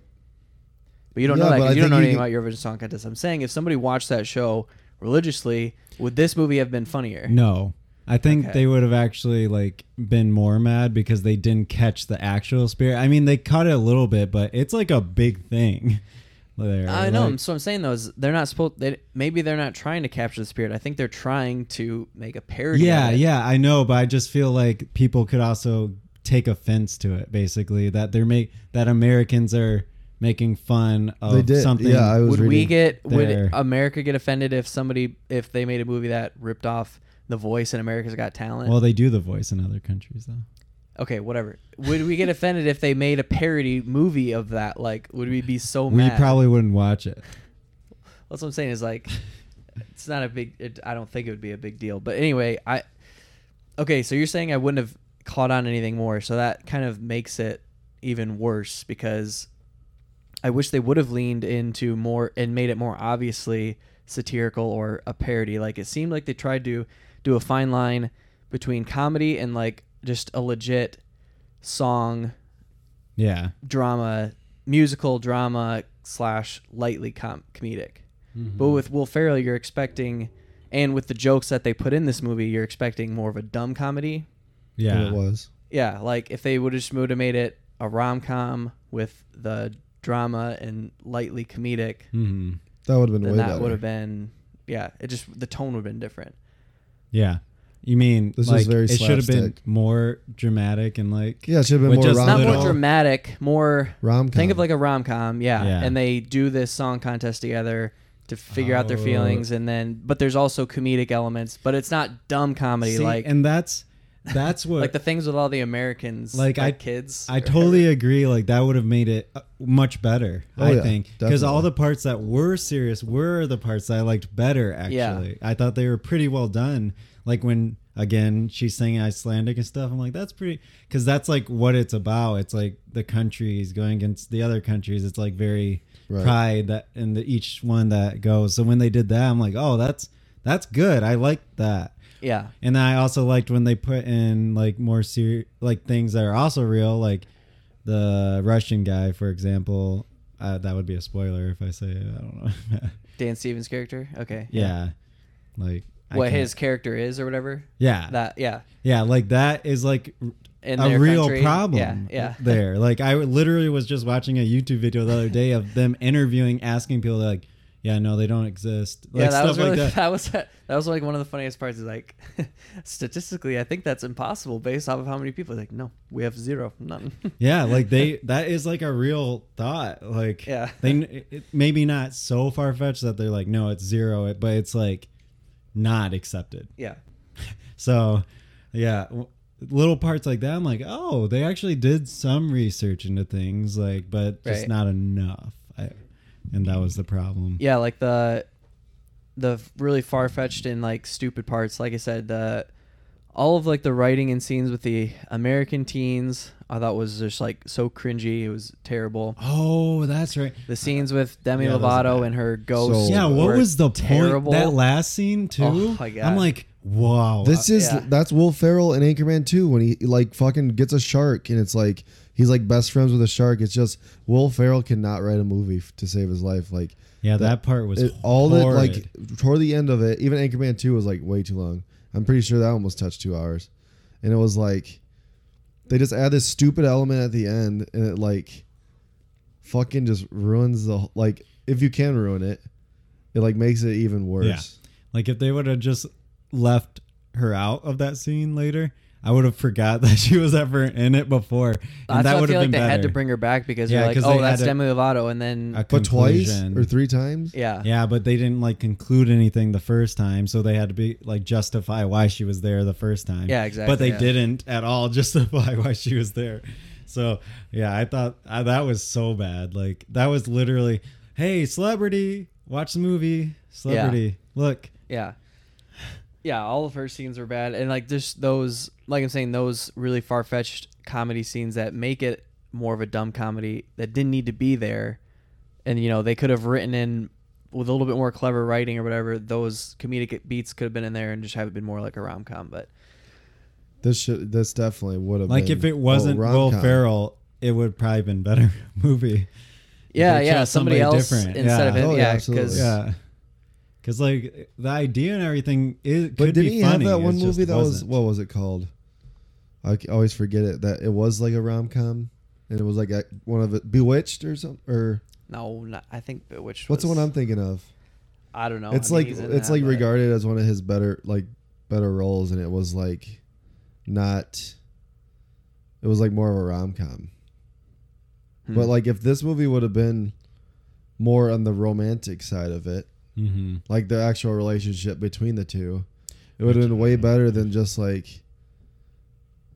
But you don't Yeah, know that but 'cause I you don't think know you anything could- about Eurovision Song Contest. I'm saying if somebody watched that show religiously, would this movie have been funnier? No. I think Okay. they would have actually like been more mad because they didn't catch the actual spirit. I mean, they caught it a little bit, but it's like a big thing. There, I know. Like, so I'm saying though is they're not supposed. They, maybe they're not trying to capture the spirit. I think they're trying to make a parody. of Yeah, it. yeah, I know, but I just feel like people could also take offense to it. Basically, that they're make that Americans are making fun of they did. something. Yeah, I was Would we reading- get? there. Would America get offended if somebody if they made a movie that ripped off The Voice and America's Got Talent? well, they do the voice in other countries though. okay, whatever. Would we get offended if they made a parody movie of that? Like, would we be so We mad? probably wouldn't watch it. That's what I'm saying. Is like, it's not a big. It, I don't think it would be a big deal. But anyway, I. Okay, so you're saying I wouldn't have caught on anything more. So that kind of makes it even worse because I wish they would have leaned into more and made it more obviously satirical or a parody. Like it seemed like they tried to do a fine line between comedy and like just a legit song Yeah, drama, musical drama slash lightly com- comedic. But Mm-hmm. with Will Ferrell, you're expecting, and with the jokes that they put in this movie, you're expecting more of a dumb comedy. than Yeah. it was. Yeah, like if they would have just would have made it a rom com with the drama and lightly comedic, hmm That would have been then way that better. would have been yeah. It just the tone would have been different. Yeah. You mean This is like very it should have been slapstick. more dramatic and like Yeah, it should have been with more just rom- Not more Little- dramatic, more Rom-com. Think of like a rom com, yeah. Yeah. And they do this song contest together to figure out their Oh. feelings, and then but there's also comedic elements, but it's not dumb comedy See, like and that's that's what like the things with all the Americans, Like, like, I- kids. I totally agree. Like that would have made it uh, much better, Oh, I yeah, think, because all definitely. the parts that were serious were the parts that I liked better. Yeah. Actually, I thought they were pretty well done. Like when again she's singing Icelandic and stuff, I'm like, that's pretty, because that's like what it's about. It's like the countries going against the other countries. It's like very Right. pride that and the, each one that goes. So when they did that, I'm like, oh, that's that's good. I like that. yeah. And then I also liked when they put in like more serious, like things that are also real, like the Russian guy, for example. Uh, that would be a spoiler if I say it. I don't know. Dan Stevens' character. Okay. yeah. like I What can't- his character is or whatever. yeah That yeah. yeah like that is like r- In a their real country. problem. Yeah. Yeah. there. Like I literally was just watching a YouTube video the other day of them interviewing, asking people like, "Yeah, no, they don't exist." Like yeah, that stuff was really like that. that. was that was like one of the funniest parts. Is like, statistically, I think that's impossible based off of how many people. Like, no, we have zero, none. Yeah, like they that is like a real thought. Like Yeah. they it, it- maybe not so far fetched that they're like no, it's zero, it, but it's like not accepted. yeah, So, yeah, w- little parts like that I'm like, "Oh, they actually did some research into things like but just Right. not enough." I, and that was the problem. yeah, like the the really far fetched and like stupid parts. Like I said, the all of like the writing and scenes with the American teens, I thought was just like so cringy. It was terrible. Oh, that's right. The scenes with Demi Yeah, those are Lovato bad. and her ghost. So Yeah, what were was the terrible. point that last scene too? Oh my God. I'm like, "Wow." This is yeah. that's Will Ferrell in Anchorman 2 when he like fucking gets a shark and it's like he's like best friends with a shark. It's just Will Ferrell cannot write a movie f- to save his life. Like yeah, that, part was it, all that horrid. like toward the end of it, even Anchorman 2 was like way too long. I'm pretty sure that almost touched 2 hours. And it was like they just add this stupid element at the end and it like fucking just ruins the wh- like if you can ruin it, it like makes it even worse. Yeah. Like if they would have just left her out of that scene later, I would have forgot that she was ever in it before, and That's why that I would feel have like been they better. had to bring her back because Yeah, they're like, 'cause oh, they that's had to- Demi Lovato, and then A But twice conclusion. or three times? yeah, Yeah, but they didn't like conclude anything the first time, so they had to be like justify why she was there the first time. Yeah, But exactly, they yeah. didn't at all justify why she was there. So yeah, I thought uh, that was so bad. Like that was literally, hey, celebrity, watch the movie, celebrity, look. Yeah. Yeah, all of her scenes were bad. And like just those like I'm saying, those really far fetched comedy scenes that make it more of a dumb comedy that didn't need to be there. And you know, they could have written in with a little bit more clever writing or whatever, those comedic beats could have been in there and just have it been more like a rom com. But This should this definitely would have Like been if it wasn't a Will rom-com. Ferrell, it would probably been better movie. yeah, They yeah, chose somebody, somebody else different. instead of Yeah. him. Oh, yeah, yeah, absolutely. because Yeah, because like the idea and everything is. But could didn't be he funny, have that it one just movie that was wasn't. what was it called? I c- always forget it. That it was like a rom com, and it was like a, one of it, Bewitched or something. Or no, not, I think which what's the was, one I'm thinking of? I don't know. it's I mean, like he's in it's that, like but- regarded as one of his better like better roles, and it was like not. It was like more of a rom com. But Hmm. like if this movie would have been more on the romantic side of it, Mhm. like the actual relationship between the two. It would have been way better than just like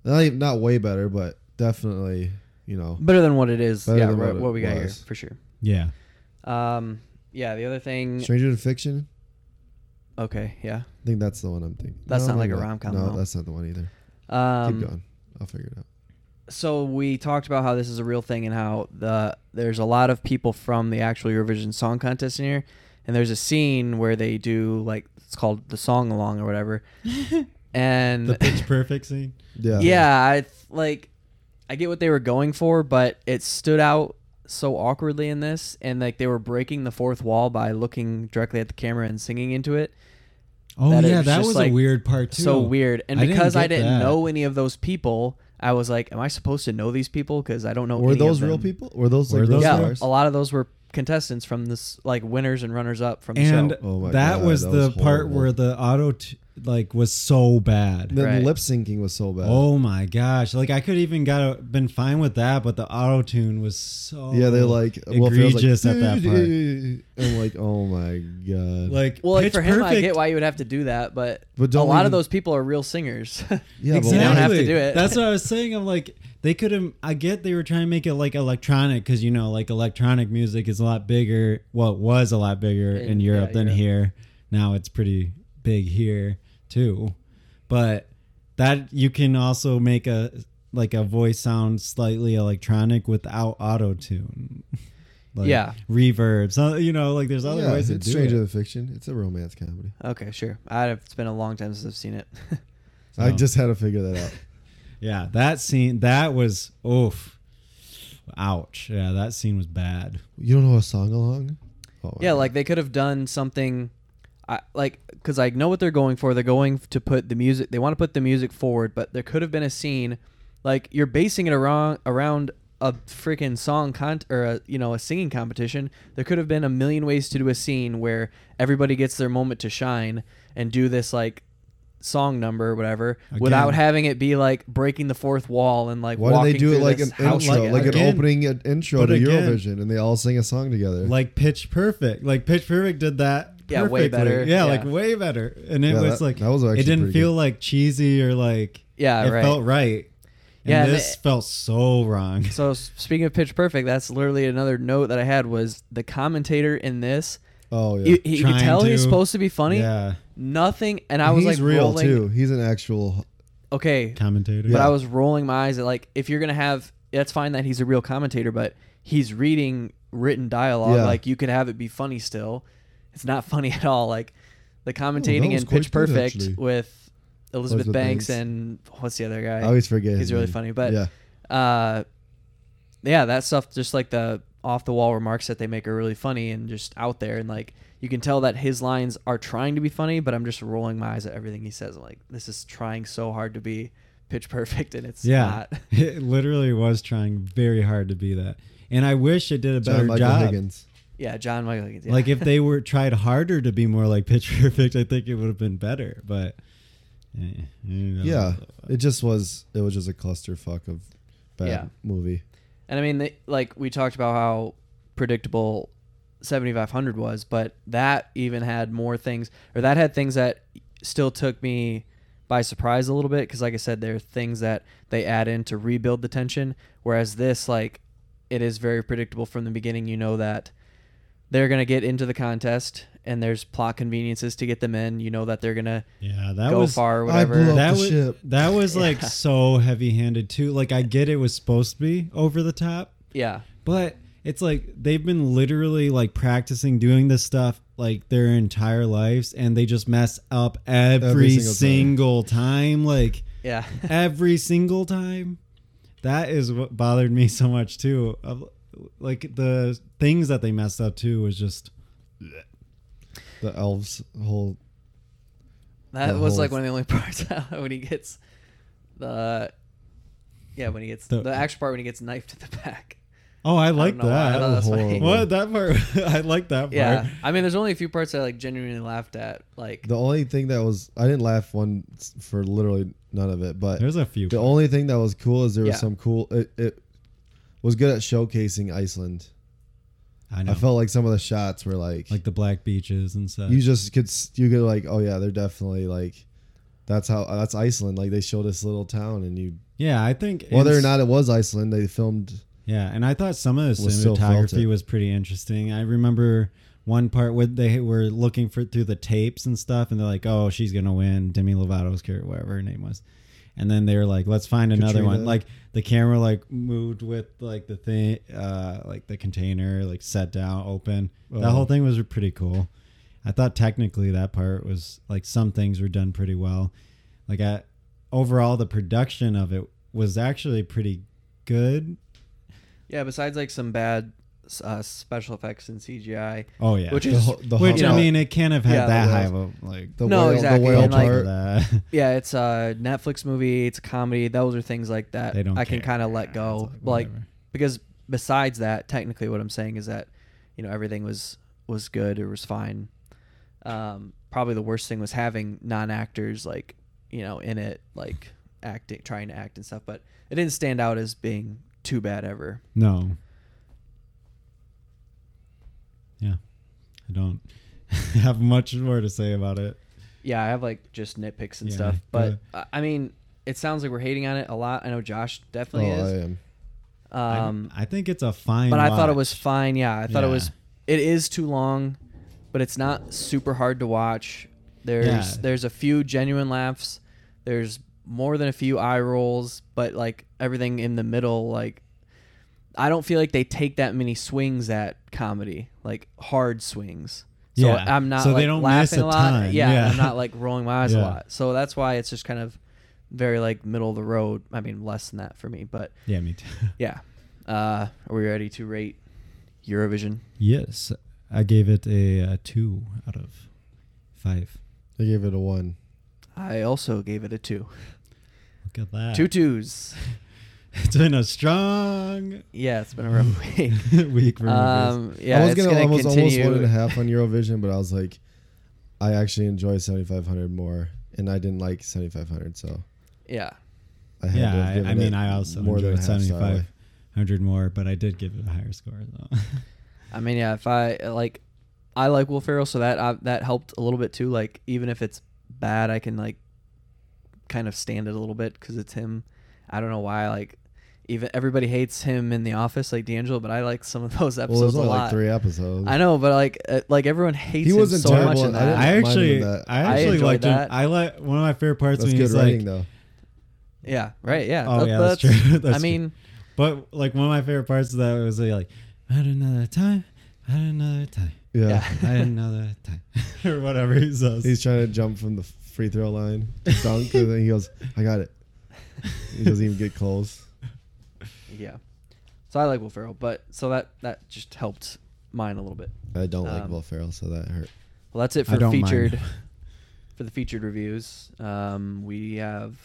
not even, not way better, but definitely you know better than what it is. Better yeah, than right, what it what, we got here was. for sure. Yeah, Um, yeah, the other thing. Stranger Than Fiction. Okay, yeah. I think that's the one I'm thinking. That's not like maybe a rom-com, No, though. that's not the one either. Um, Keep going. I'll figure it out. So we talked about how this is a real thing and how the there's a lot of people from the actual Eurovision Song Contest in here, and there's a scene where they do like it's called the song along or whatever, and the Pitch Perfect scene. Yeah. yeah, I th- like I get what they were going for, but it stood out so awkwardly in this, and like they were breaking the fourth wall by looking directly at the camera and singing into it. Oh it yeah, that just, was like, a weird part too. So weird, and because I get didn't that. know any of those people, I was like, "Am I supposed to know these people? Because I don't know." Were any of those real them." people? Were those Were like real those yeah, stars? a lot of those were contestants from this, like winners and runners up from the and show. Oh my that God, was that the was part horrible. where the auto t- like was so bad. Then Right. the lip syncing was so bad. Oh my gosh! Like I could even got a, been fine with that, but the auto tune was so yeah, they're like Will Ferrell's like, egregious at that I'm like, oh my part. god. Like Well, like Pitch for him, perfect, I get why you would have to do that, but, But a don't lot of even- those people are real singers. yeah, You don't have but to Exactly. do it. That's what I was saying. I'm like, they could have. I get they were trying to make it like electronic because you know, like electronic music is a lot bigger. Well, it was a lot bigger in, In- yeah, Europe than Europe. here. Now it's pretty big here too, but that you can also make a like a voice sound slightly electronic without auto tune. Like Yeah. reverb. So you know, like there's other yeah, ways to it's do Stranger it. Than Fiction. It's a romance comedy. okay, sure. I, it's been a long time since I've seen it. I So- just had to figure that out. Yeah, that scene that was oof. Ouch. Yeah, that scene was bad. You don't know a song along? Oh, my yeah, God. like they could have done something, I, like because I know what they're going for. They're going to put the music. They want to put the music forward, but there could have been a scene, like you're basing it around around a freaking song con or a, you know a singing competition. There could have been a million ways to do a scene where everybody gets their moment to shine and do this like song number or whatever without Again. having it be like breaking the fourth wall and like why do walking they do it through like this an house intro, together. like Again. an opening uh, intro But to again- Eurovision, and they all sing a song together? Like Pitch Perfect. Like Pitch Perfect did that. Yeah, way perfectly. better. Yeah, like Yeah. way better. And it Yeah, was that- like that was it actually didn't pretty feel good. like cheesy or like Yeah, it right. felt right. And Yeah, and this it- felt so wrong. So s- speaking of Pitch Perfect, that's literally another note that I had was the commentator in this. oh yeah, You, he, you could Trying tell he's to- supposed to be funny. Yeah. Nothing, and I was he's like real rolling. too. He's an actual. Okay, Commentator. but I was rolling my eyes at like if you're gonna have that's fine that he's a real commentator, but he's reading written dialogue. Yeah. Like you could have it be funny still. It's not funny at all. Like the commentating Oh, was in quite Pitch good, Perfect actually. with Elizabeth, Elizabeth Banks, Banks. and what's the other guy? I always forget. He's his really name. funny, but- yeah, uh yeah that stuff just like the off the wall remarks that they make are really funny and just out there and like you can tell that his lines are trying to be funny but i'm just rolling my eyes at everything he says i'm like this is trying so hard to be pitch perfect and it's yeah. not It literally was trying very hard to be that. And I wish it did a John better Michael job. Higgins. yeah john michael Higgins, yeah. Like if they were tried harder to be more like Pitch Perfect, I think it would have been better. But eh, you know. Yeah, it just was. It was just a clusterfuck of bad Yeah. movie. and i mean they, like we talked about how predictable 7500 was but that even had more things or that had things that still took me by surprise a little bit because like i said there are things that they add in to rebuild the tension whereas this like it is very predictable from the beginning you know that they're going to get into the contest and there's plot conveniences to get them in you know that they're going to yeah, that go was far or I whatever blew up that the was ship. that was like so heavy-handed too. Like I get it was supposed to be over the top, yeah but it's like they've been literally like practicing doing this stuff like their entire lives, and they just mess up every, Every single single, time. time. Like yeah every single time. That is what bothered me so much too. Of- Like the things that they messed up too was just The elves whole. That the was whole- like one of the only parts when he gets the yeah when he gets the, The- actual part when he gets knifed at the back. oh I like know why. I that. thought that's funny. What that part? I like that part. Yeah, I mean, there's only a few parts that I like genuinely laughed at. Like The only thing that was I didn't laugh one s- for literally none of it, but There's a few. the only thing that was cool is there Yeah. was some cool. It, it was good at showcasing Iceland. I know. I felt like some of the shots were like, like the black beaches and stuff. you just could s- you could like oh yeah they're definitely like that's how that's Iceland like they showed this little town and you yeah, I think whether or it's- not it was Iceland they filmed Yeah, and I thought some of the Was still felt cinematography it. was pretty interesting. I remember one part where they were looking for through the tapes and stuff, and they're like, "Oh, she's gonna win." Demi Lovato's character, whatever her name was, and then they were like, "Let's find another Katrina. one." Like the camera like moved with like the thing, uh, like the container, like set down, open. That Oh. whole thing was pretty cool. I thought technically that part was like some things were done pretty well. Like I overall the production of it was actually pretty good Yeah, besides like some bad s- uh, special effects and CGI. Oh yeah, which The is ho- the Which, you I know- mean, it can't have had Yeah, that the high of whales. a like The No, whale, exactly, The whale and, like- part. that. yeah, it's a Netflix movie. It's a comedy. Those are things like that. They don't I can care. kind of let go, like, like, whatever. because besides that, technically, what I'm saying is that you know everything was was good. It was fine. Um, probably the worst thing was having non actors like you know in it, like acting, trying to act and stuff. But it didn't stand out as being too bad ever. No. Yeah, I don't have much more to say about it. Yeah, I have like just nitpicks and Yeah, stuff. go But ahead. I I mean, it sounds like we're hating on it a lot. I know Josh Oh, definitely I is. am. Um, I think it's a fine. but I thought it watch. was fine. Yeah, I thought it Yeah. was. It is too long, but it's not super hard to watch. There's Yeah. there's a few genuine laughs. There's more than a few eye rolls, but like everything in the middle, like I don't feel like they take that many swings at comedy, like hard swings. So Yeah. I'm not So they like don't miss laughing a a, lot. ton. Yeah, Yeah. I'm not like rolling my eyes a Yeah. lot. So that's why it's just kind of very like middle of the road. I mean, less than that for me, but Yeah, me too. yeah. Uh, are we ready to rate Eurovision? yes, I gave it a, uh two out of five. I gave it a one. I also gave it a two. Look at that. Two twos. It's been a strong Yeah, it's been a rough week. week for movies. Um, yeah, I was it's gonna, gonna almost continue. almost one and a half on Eurovision, but I was like, I actually enjoy 7500 more, and I didn't like 7500, so Yeah, I had to Yeah, have I, given I mean, it I also more than enjoyed a half seventy star. five hundred more, but I did give it a higher score though. I mean, yeah. If I like, I like Will Ferrell, so that uh, that helped a little bit too. Like, even if it's bad, I can like kind of stand it a little bit because it's him. I don't know why. Like, even everybody hates him in The Office, like D'Angelo, but I like some of those Well, episodes there's a only lot. like three episodes. I know, but like, uh, like everyone hates him wasn't so much terrible. in I that. didn't I mind actually, him that. I I actually enjoyed liked him. that. I like one of my favorite parts That's when good he's writing, like, though. Yeah, right. Yeah. Oh, That- yeah, that's true. That's I mean, but like one of my favorite parts of that was like, at another time, at another time, Yeah. yeah. at another time, or whatever he says. He's trying to jump from the free throw line, to dunk, and then he goes, I got it. He doesn't even get close. yeah. So I like Will Ferrell, but so that that just helped mine a little bit. I don't like Um, Will Ferrell, so that hurt. Well, that's it I for don't mind. featured for the featured reviews. Um, we have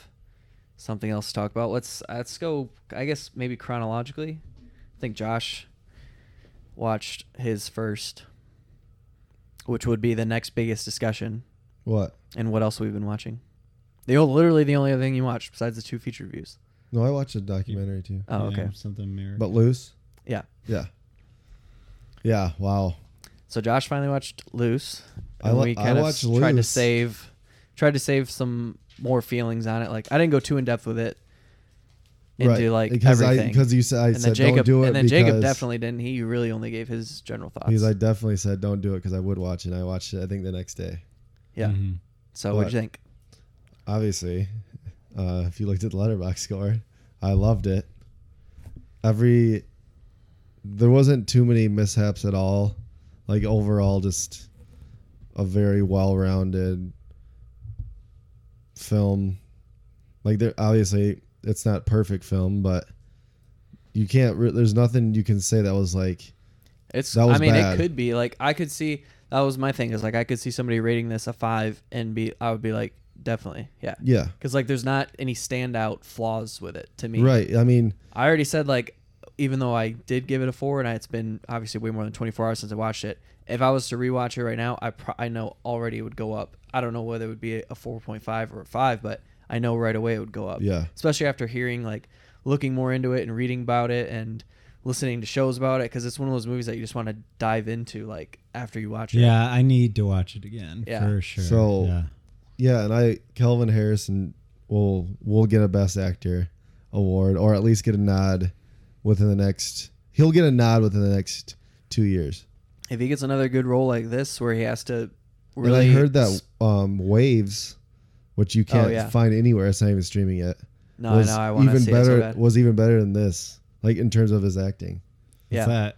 something else to talk about. Let's let's go. I guess maybe chronologically. I think Josh watched his first, which would be the next biggest discussion. What? And what else we've been watching? The old, literally the only other thing you watched besides the two feature reviews. No, I watched a documentary too. Oh, Yeah, okay. something American. But loose? Yeah. Yeah. Yeah. Wow. So Josh finally watched Loose. I And wa- we I kind of watched tried to Loose. save tried to save some more feelings on it. Like I didn't go too in depth with it into like because I everything. because you said I and then said Jacob don't do it. and then Jacob because- definitely didn't. He really only gave his general thoughts. Because I definitely said don't do it because I would watch it. and I watched it. I think the next day. yeah. Mhm. So what'd "Mm-hmm." But- you think? Obviously, uh, if you looked at the letterbox score, I loved it. Every there wasn't too many mishaps at all. Like overall, just a very well-rounded film. Like there, obviously, it's not perfect film, but you can't. Re- there's nothing you can say that was like It's That was I mean bad. it could be like I could see that was my thing is like I could see somebody rating this a 5 and be I would be like definitely. Yeah. yeah, Cuz like there's not any standout flaws with it to me. right. I mean, I already said like, even though I did give it a four, and I, it's been obviously way more than 24 hours since I watched it. If I was to rewatch it right now, I pro- I know already it would go up. I don't know whether it would be a 4.5 or a five, but I know right away it would go up. Yeah. Especially after hearing like, looking more into it and reading about it and listening to shows about it because it's one of those movies that you just want to dive into like after you watch it. yeah, I need to watch it again Yeah. for sure. So- yeah. Yeah, and I Kelvin Harrison will will get a Best Actor award, or at least get a nod within the next. He'll get a nod within the next two years. If he gets another good role like this where he has to Really? really, And I heard that s- Oh, um, Waves, which you can't yeah. find anywhere, it's not even streaming yet. No, I know. I want to even see it better. so bad. Was even better than this, like in terms of his acting. Yeah. Is that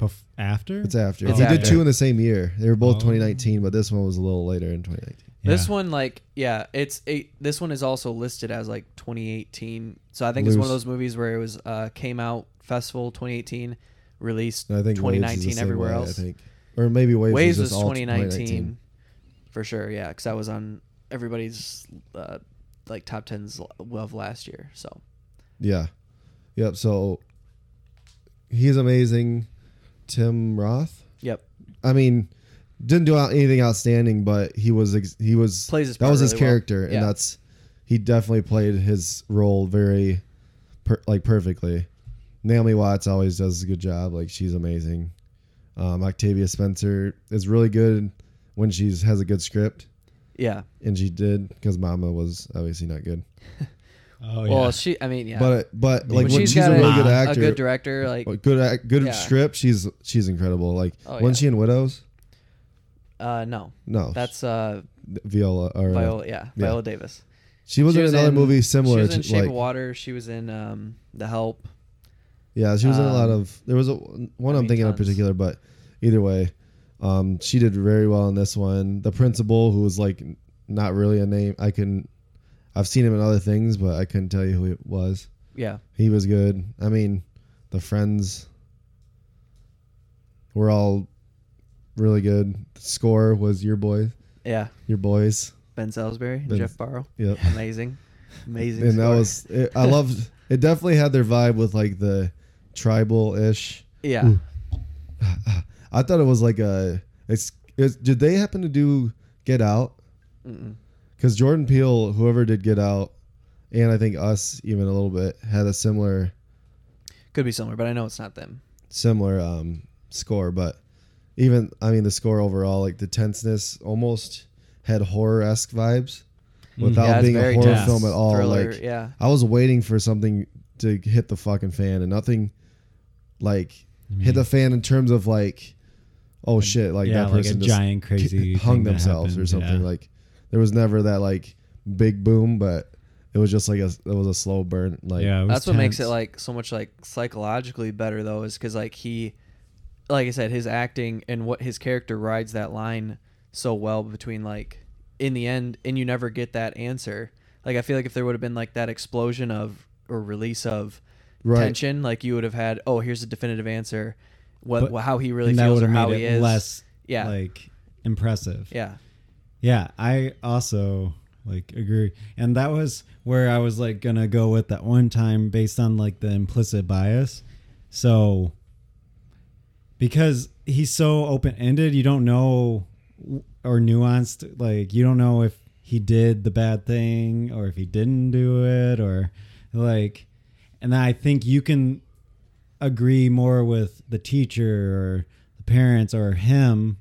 bef- after? It's after. It's he did after. two in the same year. They were both Oh. 2019, but this one was a little later in 2019. This Yeah. one, like, yeah, it's it, this one is also listed as like 2018. So I think it's one of Loose. those movies where it was uh, came out Festival 2018, released And I think 2019 2019 everywhere else. I think, or maybe Waves, Waves was, was just all 2019, for sure. Yeah, because that was on everybody's uh, like top tens of last year. So Yeah, yep. So he's amazing, Tim Roth. Yep. I mean, didn't do out- anything outstanding, but he was ex- he was Plays his that part was his really well. character, Yeah. and that's he definitely played his role very per, like perfectly. Naomi Watts always does a good job; like she's amazing. Um, Octavia Spencer is really good when she's has a good script, yeah. and she did because Mama was obviously not good. Oh well, she. I mean, yeah. But but like When when, she's she's, got a really good a actor, good director, like like, good act, good Yeah. script. She's she's incredible. Like Oh, wasn't yeah. she in Widows? uh, no, No, that's uh, Viola or uh, Viola. Yeah, Viola Davis. She was, She in was another movie similar She was in to Shape like of Water. She was in um, The Help. yeah, she was in a lot Um, of there was a one I I'm mean, thinking tons. of particular, but either way, um, she did very well in this one. The principal who was like not really a name, I couldn't. I've seen him in other things, but I couldn't tell you who it was. Yeah, He was good. I mean, the friends were all really good. The score was your boy, yeah. your boys. Ben Salisbury, and Ben- Jeff Barrow. Yep. amazing, amazing. and that score. was it, I loved. It definitely had their vibe with like the tribal ish. yeah. I thought it was like a. It's, it's, did they happen to do Get Out? Mm-mm. Because Jordan Peele, whoever did Get Out, and I think us even a little bit had a similar Could be similar, but I know it's not them. similar um, score. But even I mean the score overall, like the tenseness, almost had horror esque vibes without Yeah, it's being a very horror tense. film at all. Thriller, like yeah. I was waiting for something to hit the fucking fan, and nothing like hit the fan in terms of like, oh shit, like yeah, that like a person just giant crazy hung thing that themselves or happened, something. yeah. Like there was never that like big boom, but it was just like a it was a slow burn. Like yeah, it was That's what makes it tense. like so much like psychologically better though, is because like he, like I said, his acting and what his character rides that line so well between like in the end, and you never get that answer. Like I feel like if there would have been like that explosion of or release of Right. tension, like you would have had, oh, here's a definitive answer, what But- how he really and that feels would or have how made he it is. less Yeah. like impressive. yeah, Yeah, I also like agree. And that was where I was like gonna go with that one time based on like the implicit bias. So because he's so open ended, you don't know or nuanced like you don't know if he did the bad thing or if he didn't do it or like and I think you can agree more with the teacher or the parents or him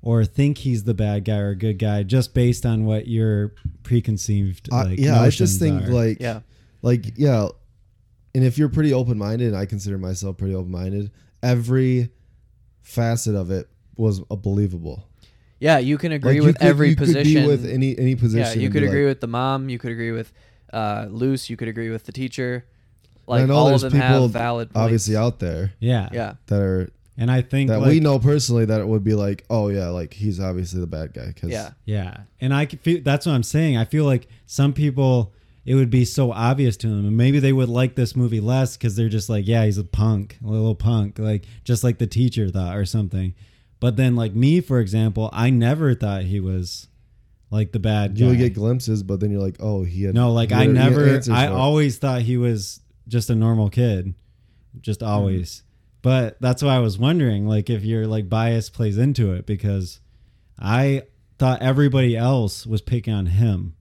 or think he's the bad guy or good guy just based on what your preconceived I, like, yeah, I just notions think are. like Yeah. like yeah, and if you're pretty open minded, and I consider myself pretty open minded, every facet of it was uh, believable. yeah, you can Like, agree you with could- every you could position. be with any any position. Yeah, you and could be agree like- with the mom. You could agree with uh, Luce. You could agree with the teacher. and Like I know all of there's them people have valid points. obviously out there yeah Yeah, that are and I think that like, we know personally that it would be like, oh yeah, like he's obviously the bad guy. 'cause- yeah, Yeah, and I could feel that's what I'm saying. I feel like some people it would be so obvious to them, and maybe they would like this movie less because they're just like, yeah, he's a punk, a little punk, like just like the teacher thought or something. But then, like me, for example, I never thought he was like the bad you guy. would get glimpses, but then you're like, oh, he had no, like he I had- he had never, answers I for it. always thought he was just a normal kid, just Mm-hmm. always. But that's why I was wondering, like, if your like bias plays into it because I thought everybody else was picking on him.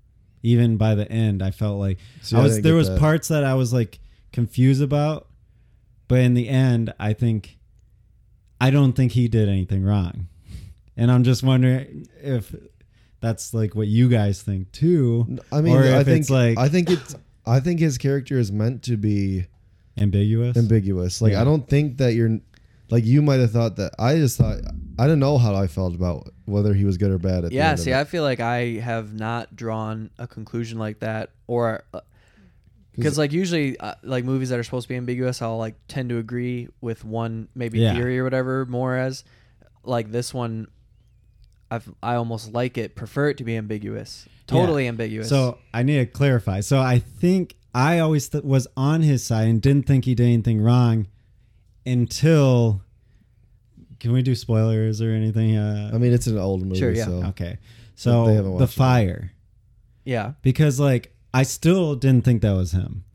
Even by the end, I felt like See, I I was didn't there get was that. parts that I was like confused about, but in the end, I think I don't think he did anything wrong, and I'm just wondering if that's like what you guys think too. I mean, or I if think it's like I think it's I think his character is meant to be ambiguous. ambiguous. Like Yeah. I don't think that you're like you might have thought that. I just thought I didn't know how I felt about whether he was good or bad. At the yeah. end of See, it. I feel like I have not drawn a conclusion like that, or because like usually uh, like movies that are supposed to be ambiguous, I'll like tend to agree with one maybe Yeah. theory or whatever more as like this one. I've, I almost like it, prefer it to be ambiguous, totally ambiguous. So I need to clarify. So I think I always th- was on his side and didn't think he did anything wrong until. Can we do spoilers or anything? Uh, I mean, it's an old movie. Sure, yeah. So. okay. They So haven't the watched it. fire, Yeah. because like I still didn't think that was him,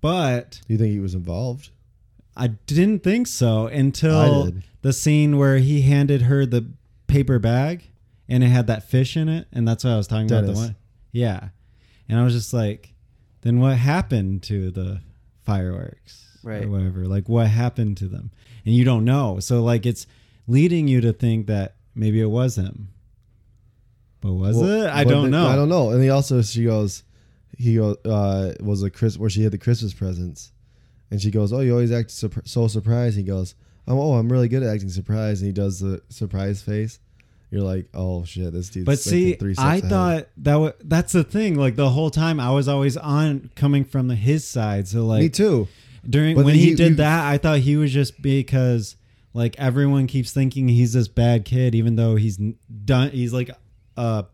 but Do you think he was involved? I didn't think so I until did. the scene where he handed her the paper bag and it had that fish in it, and that's what I was talking about. Dennis. The one, yeah, and I was just like, then what happened to the fireworks, Right. Or whatever. Like what happened to them, and you don't know. So like it's leading you to think that maybe it was him. But was Well, it? I but don't the- know. I don't know. And he also she goes, he goes, uh, was a Chris where she had the Christmas presents, and she goes, oh, you always act surp- so surprised. He goes, oh, oh, I'm really good at acting surprised, and he does the surprise face. You're like, oh shit, this dude's. But thinking see, three steps I ahead. thought that wa that's the thing. Like the whole time, I was always on coming from the, his side. So like me too. during But when then he you- did you- that, I thought he was just because like everyone keeps thinking he's this bad kid, even though he's n- done. He's like a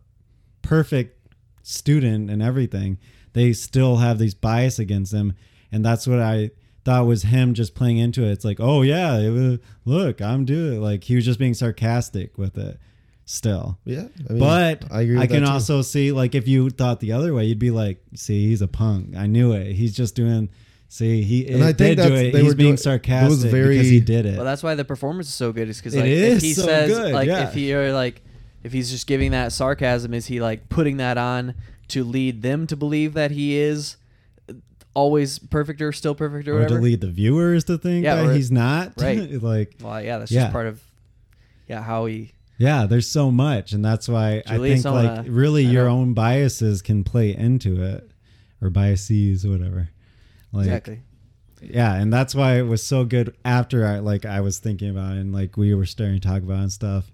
perfect student and everything. They still have these bias against him, and that's what I thought was him just playing into it. It's like, oh yeah, it was, look, I'm doing it. Like he was just being sarcastic with it. Still, Yeah, I mean, but I, agree with that can too. also see like if you thought the other way, you'd be like, "See, he's a punk. I knew it. He's just doing. See, he And I it did think do that's- it. they He's were being doing- it was sarcastic very- because he did it. Well, that's why the performance is so good. Is because It like is if he so says good, like yeah. if he or like if he's just giving that sarcasm, is he like putting that on to lead them to believe that he is always perfect or still perfect or or whatever? to lead the viewers to think Yeah, that or- he's not right. like, Well, yeah, that's Yeah. just part of yeah how he yeah, there's so much, and that's why I Julius, think I like wanna- really uh, I your don't- own biases can play into it, or biases, whatever. Like, exactly. Yeah, and that's why it was so good after I like I was thinking about it and like we were starting to talk about it and stuff.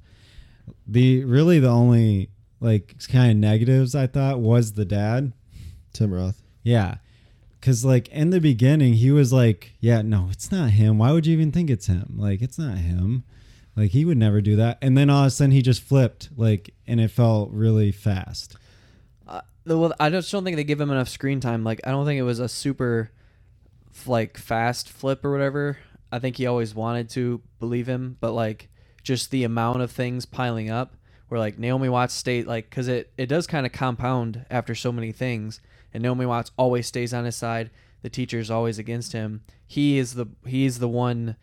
The really the only like kind of negatives I thought was the dad. Tim Roth. Yeah. Cause like in the beginning he was like, Yeah, no, it's not him. Why would you even think it's him? Like it's not him. Like he would never do that. And then all of a sudden he just flipped, like and it felt really fast. The- Well, I just don't think they give him enough screen time. Like I don't think it was a super f- like fast flip or whatever. I think he always wanted to believe him, but like just the amount of things piling up where like Naomi Watts stayed like cuz it it does kind of compound after so many things and Naomi Watts always stays on his side. The teacher's always against him. He is the he's the one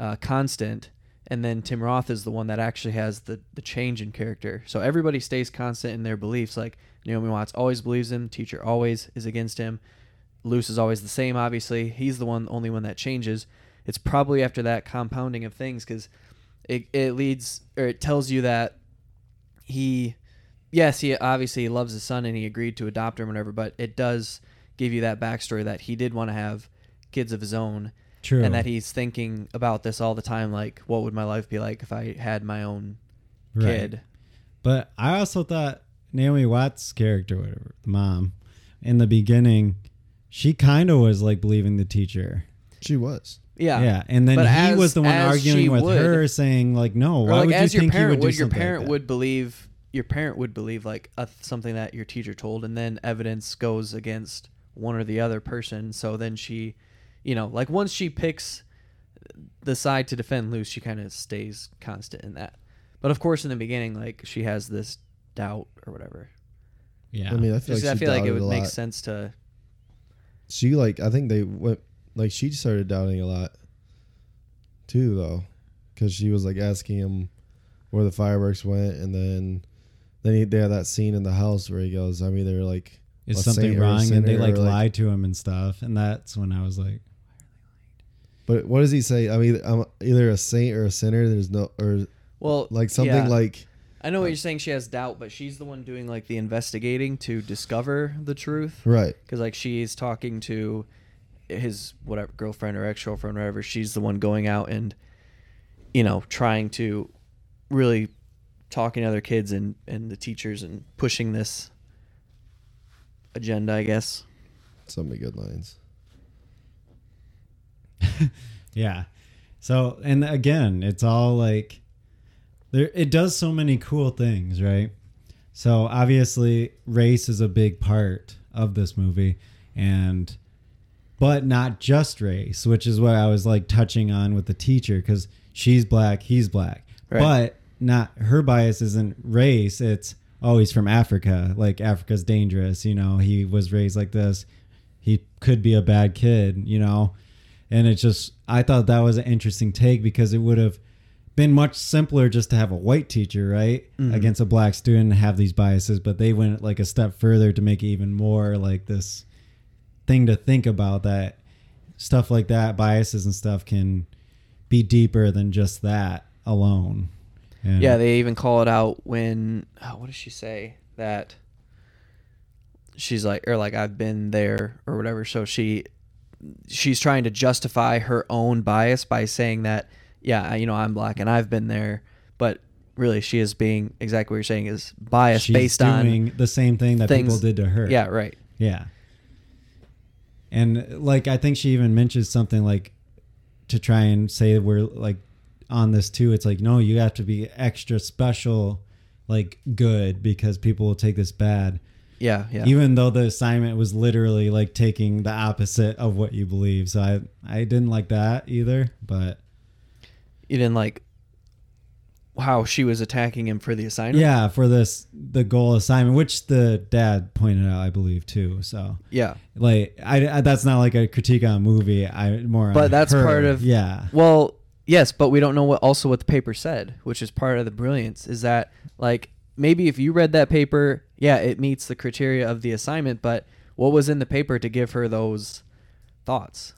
uh, constant and then Tim Roth is the one that actually has the the change in character. So everybody stays constant in their beliefs like Naomi Watts always believes him, teacher always is against him. Luce is always the same. Obviously, he's the one, only one that changes. It's probably after that compounding of things because it it leads or it tells you that he, yes, he obviously loves his son and he agreed to adopt him, or whatever. But it does give you that backstory that he did want to have kids of his own, True. and that he's thinking about this all the time, like what would my life be like if I had my own Right. kid? But I also thought Naomi Watts' character, whatever, the mom, in the beginning, she kind of was like believing the teacher. She was. Yeah, Yeah, and then But he as- was the one as she arguing with would- her, saying like, "No, Or why like would as you your think parent he would do your something like parent that?" would believe your parent would believe like a, something that your teacher told and then evidence goes against one or the other person so then she you know like once she picks the side to defend loose she kind of stays constant in that but of course in the beginning like she has this doubt or whatever Yeah, I mean, I feel Just- like i she feel like it doubted would a make lot. sense to She like I think they went like she started doubting a lot too though, because she was like asking him where the fireworks went, and then then he, they had that scene in the house where he goes, I'm either like is a something saint or a wrong? And they sinner, like or, like- lied to him and stuff, and that's when I was like, But what does he say? I'm either I'm either a saint or a sinner. There's no or well like something yeah. like i know what you're saying she has doubt but she's the one doing like the investigating to discover the truth right. because like she's talking to his whatever girlfriend or ex-girlfriend or whatever she's the one going out and you know trying to really talking to other kids and and the teachers and pushing this agenda i guess So many good lines. "Yeah." So, and again, it's all like, there. It does so many cool things, right? So obviously, race is a big part of this movie, and but not just race, which is what I was like touching on with the teacher because she's black, he's black, Right. but not her bias isn't race. It's oh, he's from Africa. Like Africa's dangerous. You know, he was raised like this. He could be a bad kid. You know, and it's just I thought that was an interesting take because it would have been much simpler just to have a white teacher right Mm-hmm. against a black student and have these biases but they went like a step further to make it even more like this thing to think about that stuff like that biases and stuff can be deeper than just that alone and Yeah, they even call it out when oh, what does she say that she's like or like I've been there or whatever. So she she's trying to justify her own bias by saying that yeah, you know, I'm black and I've been there, but really she is being exactly what you're saying is biased she's based doing on the same thing that things people did to her Yeah, right. yeah and like i think she even mentions something like to try and say we're like on this too it's like no you have to be extra special like good because people will take this bad Yeah, yeah. even though the assignment was literally like taking the opposite of what you believe. So I I didn't like that either, but you didn't like how she was attacking him for the assignment. yeah, for this the goal assignment, which the dad pointed out, I believe too. So Yeah. like I, I- that's not like a critique on a movie. I more on But that's her. part of yeah Well, yes, but we don't know what also what the paper said, which is part of the brilliance is that like maybe if you read that paper, yeah, it meets the criteria of the assignment, but what was in the paper to give her those thoughts?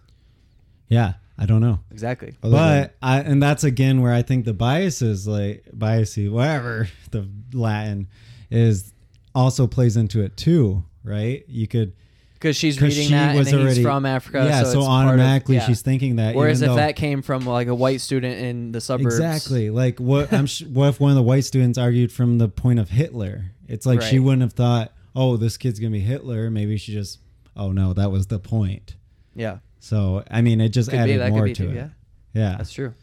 yeah. I don't know. Exactly. Other than- but I, and that's again where I think the bias is like biasy, whatever the Latin is also plays into it too, right? You could Because she's because reading she that was and already he's from Africa. Yeah, so, so, it's part of- automatically yeah. she's thinking that. Whereas even if though- that came from like a white student in the suburbs, exactly like what I'm sh- what if one of the white students argued from the point of Hitler? It's like she Right. wouldn't have thought, oh, this kid's gonna be Hitler. Maybe she just, oh no, that was the point. Yeah, So I mean, it just could added be that could more be to too. it. Yeah, Yeah. that's true.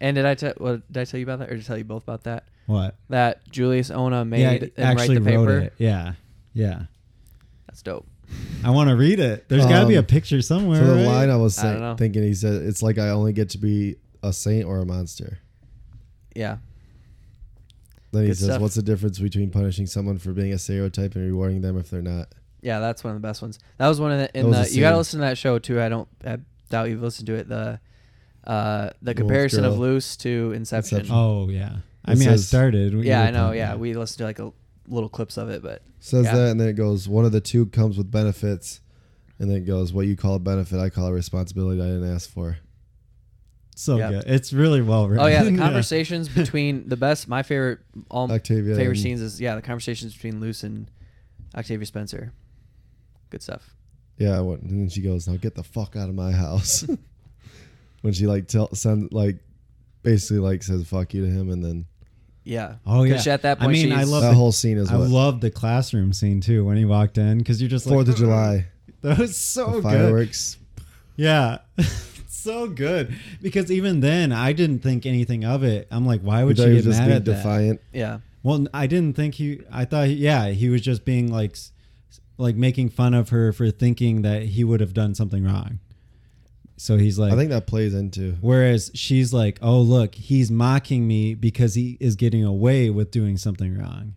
And did I tell what did I tell you about that, or did I tell you both about that? What? That Julius Ona made yeah, and it actually write the wrote paper. it. Yeah. Yeah. That's dope. I want to read it. There's got to be a Um, picture somewhere. So the right? line I was I saying- don't know. thinking, he said, "It's like I only get to be a saint or a monster." Yeah. Then he Good says, stuff. "What's the difference between punishing someone for being a stereotype and rewarding them if they're not?" Yeah, that's one of the best ones. That was one of the in That was the a you gotta scene. listen to that show too. I don't I doubt you've listened to it. The uh the comparison of Girl. Loose to Inception. Inception. Oh yeah. I It mean, I says- started. when you yeah, were I know. talking Yeah, about it. we listened to like a little clips of it, but Says Yeah. that, and then it goes, "One of the two comes with benefits," and then it goes, "What you call a benefit, I call a responsibility I didn't ask for." so yeah. good. It's really well written. oh yeah, the conversations between the best. My favorite all Octavia favorite and- scenes is yeah the conversations between Loose and Octavia Spencer. Good stuff. Yeah, I went, and then she goes, "Now get the fuck out of my house." when she like tell send like basically like says "fuck you" to him, and then Yeah. Oh 'Cause yeah. she- At that point, I mean, I she's- love that the, whole scene is I what love the classroom scene too when he walked in because you're just Fourth like of July That was so the good. fireworks. Yeah. so good because even then I didn't think anything of it. I'm like, why would You she thought he get was just mad being at that? defiant. Yeah. Well, n- I didn't think he. I thought, he- yeah, he was just being like, s- like making fun of her for thinking that he would have done something wrong. So he's like, I think that plays into whereas she's like, oh look, he's mocking me because he is getting away with doing something wrong.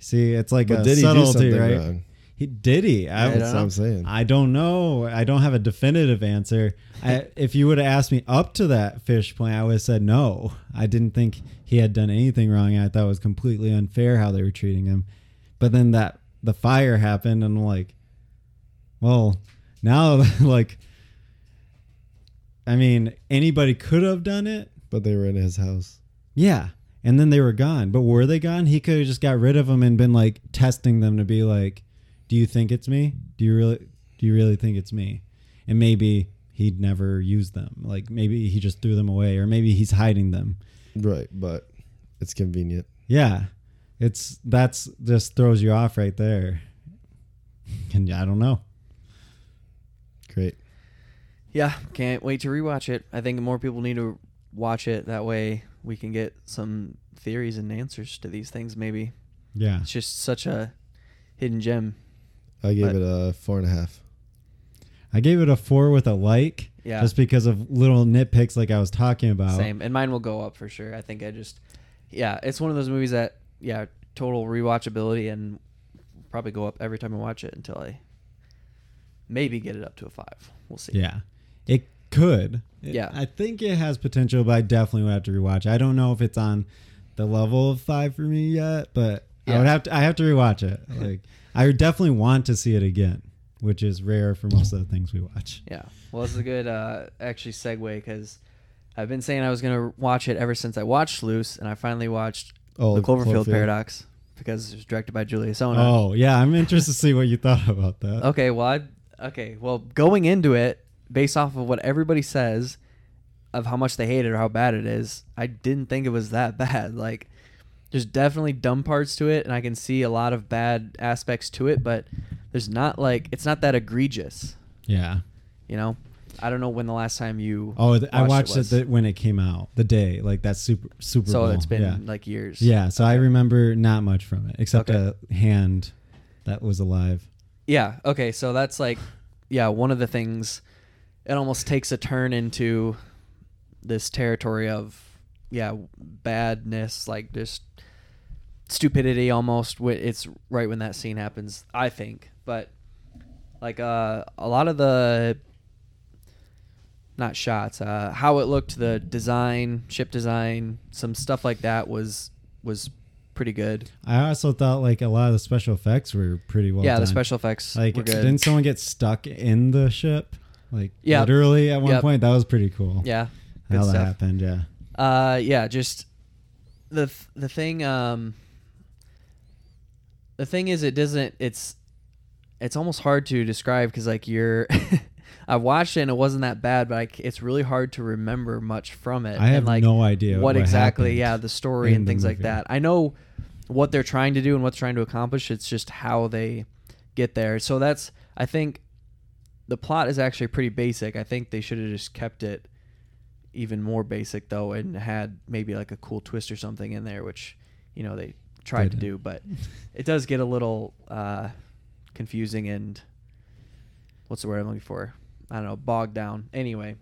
See, it's like But a did he do subtlety, something right? wrong? He did he? I, don't That's what know. I'm saying. I don't know. I don't have a definitive answer. I, if you would have asked me up to that fish point, I would have said no. I didn't think he had done anything wrong. I thought it was completely unfair how they were treating him. But then that the fire happened, and I'm like, well, now like, I mean, anybody could have done it. But they were in his house. Yeah. And then they were gone. But were they gone? He could have just got rid of them and been like testing them to be like, "Do you think it's me? Do you really do you really think it's me?" And maybe he'd never used them. Like maybe he just threw them away or maybe he's hiding them. Right, but it's convenient. Yeah. It's that's just throws you off right there. And I don't know. Great. Yeah, can't wait to rewatch it. I think more people need to watch it. That way, we can get some theories and answers to these things. Maybe Yeah. it's just such a hidden gem. I gave But- it a four and a half. I gave it a four with a like, Yeah. just because of little nitpicks like I was talking Oh. about. Same, and mine will go up for sure. I think I just, yeah, it's one of those movies that, yeah, total rewatchability and probably go up every time I watch it until I maybe get it up to a five. We'll see. Yeah, it could. It- Yeah. I think it has potential, but I definitely would have to rewatch. it. I don't know if it's on the level of five for me yet, but I Yeah. would have to. I have to rewatch it. Like I would definitely want to see it again, which is rare for most of the things we watch. Yeah. Well, this is a good uh, actually segue because I've been saying I was gonna watch it ever since I watched Loose, and I finally watched Oh, the Cloverfield, Cloverfield. Paradox because it was directed by Julia Sona. Oh yeah, I'm interested to see what you thought about that. Okay, well, i okay, well, going into it, based off of what everybody says of how much they hate it or how bad it is, I didn't think it was that bad. Like, there's definitely dumb parts to it, and I can see a lot of bad aspects to it, but there's not like it's not that egregious, Yeah. you know. I don't know when the last time you Oh, th- I watched it, was. th- when it came out, the day like that super Super so Bowl. it's been yeah. like years. Yeah, so I remember not much from it except Okay. a hand that was alive. Yeah. Okay. So that's like, yeah, one of the things. It almost takes a turn into this territory of, yeah, badness, like just stupidity almost. wh- It's right when that scene happens, I think. But like uh, a lot of the, not shots, uh, how it looked, the design, ship design, some stuff like that was was pretty good. I also thought like a lot of the special effects were pretty well. yeah, the done. special effects like were good. didn't someone get stuck in the ship? Like Yep. literally at one Yep. point that was pretty cool. yeah, good how that stuff. happened. Yeah, Uh, yeah, just the th- the thing. Um, the thing is, it doesn't. It's it's almost hard to describe because like you're. I watched it and it wasn't that bad, but I c it's really hard to remember much from it. I have and, like, no idea what, what exactly. happened Yeah, the story in and the things like movie. that. I know what they're trying to do and what they're trying to accomplish. It's just how they get there. So that's I think the plot is actually pretty basic. I think they should have just kept it even more basic though and had maybe like a cool twist or something in there which you know they tried to Didn't. do but it does get a little uh confusing and what's the word i'm looking for i don't know bogged down anyway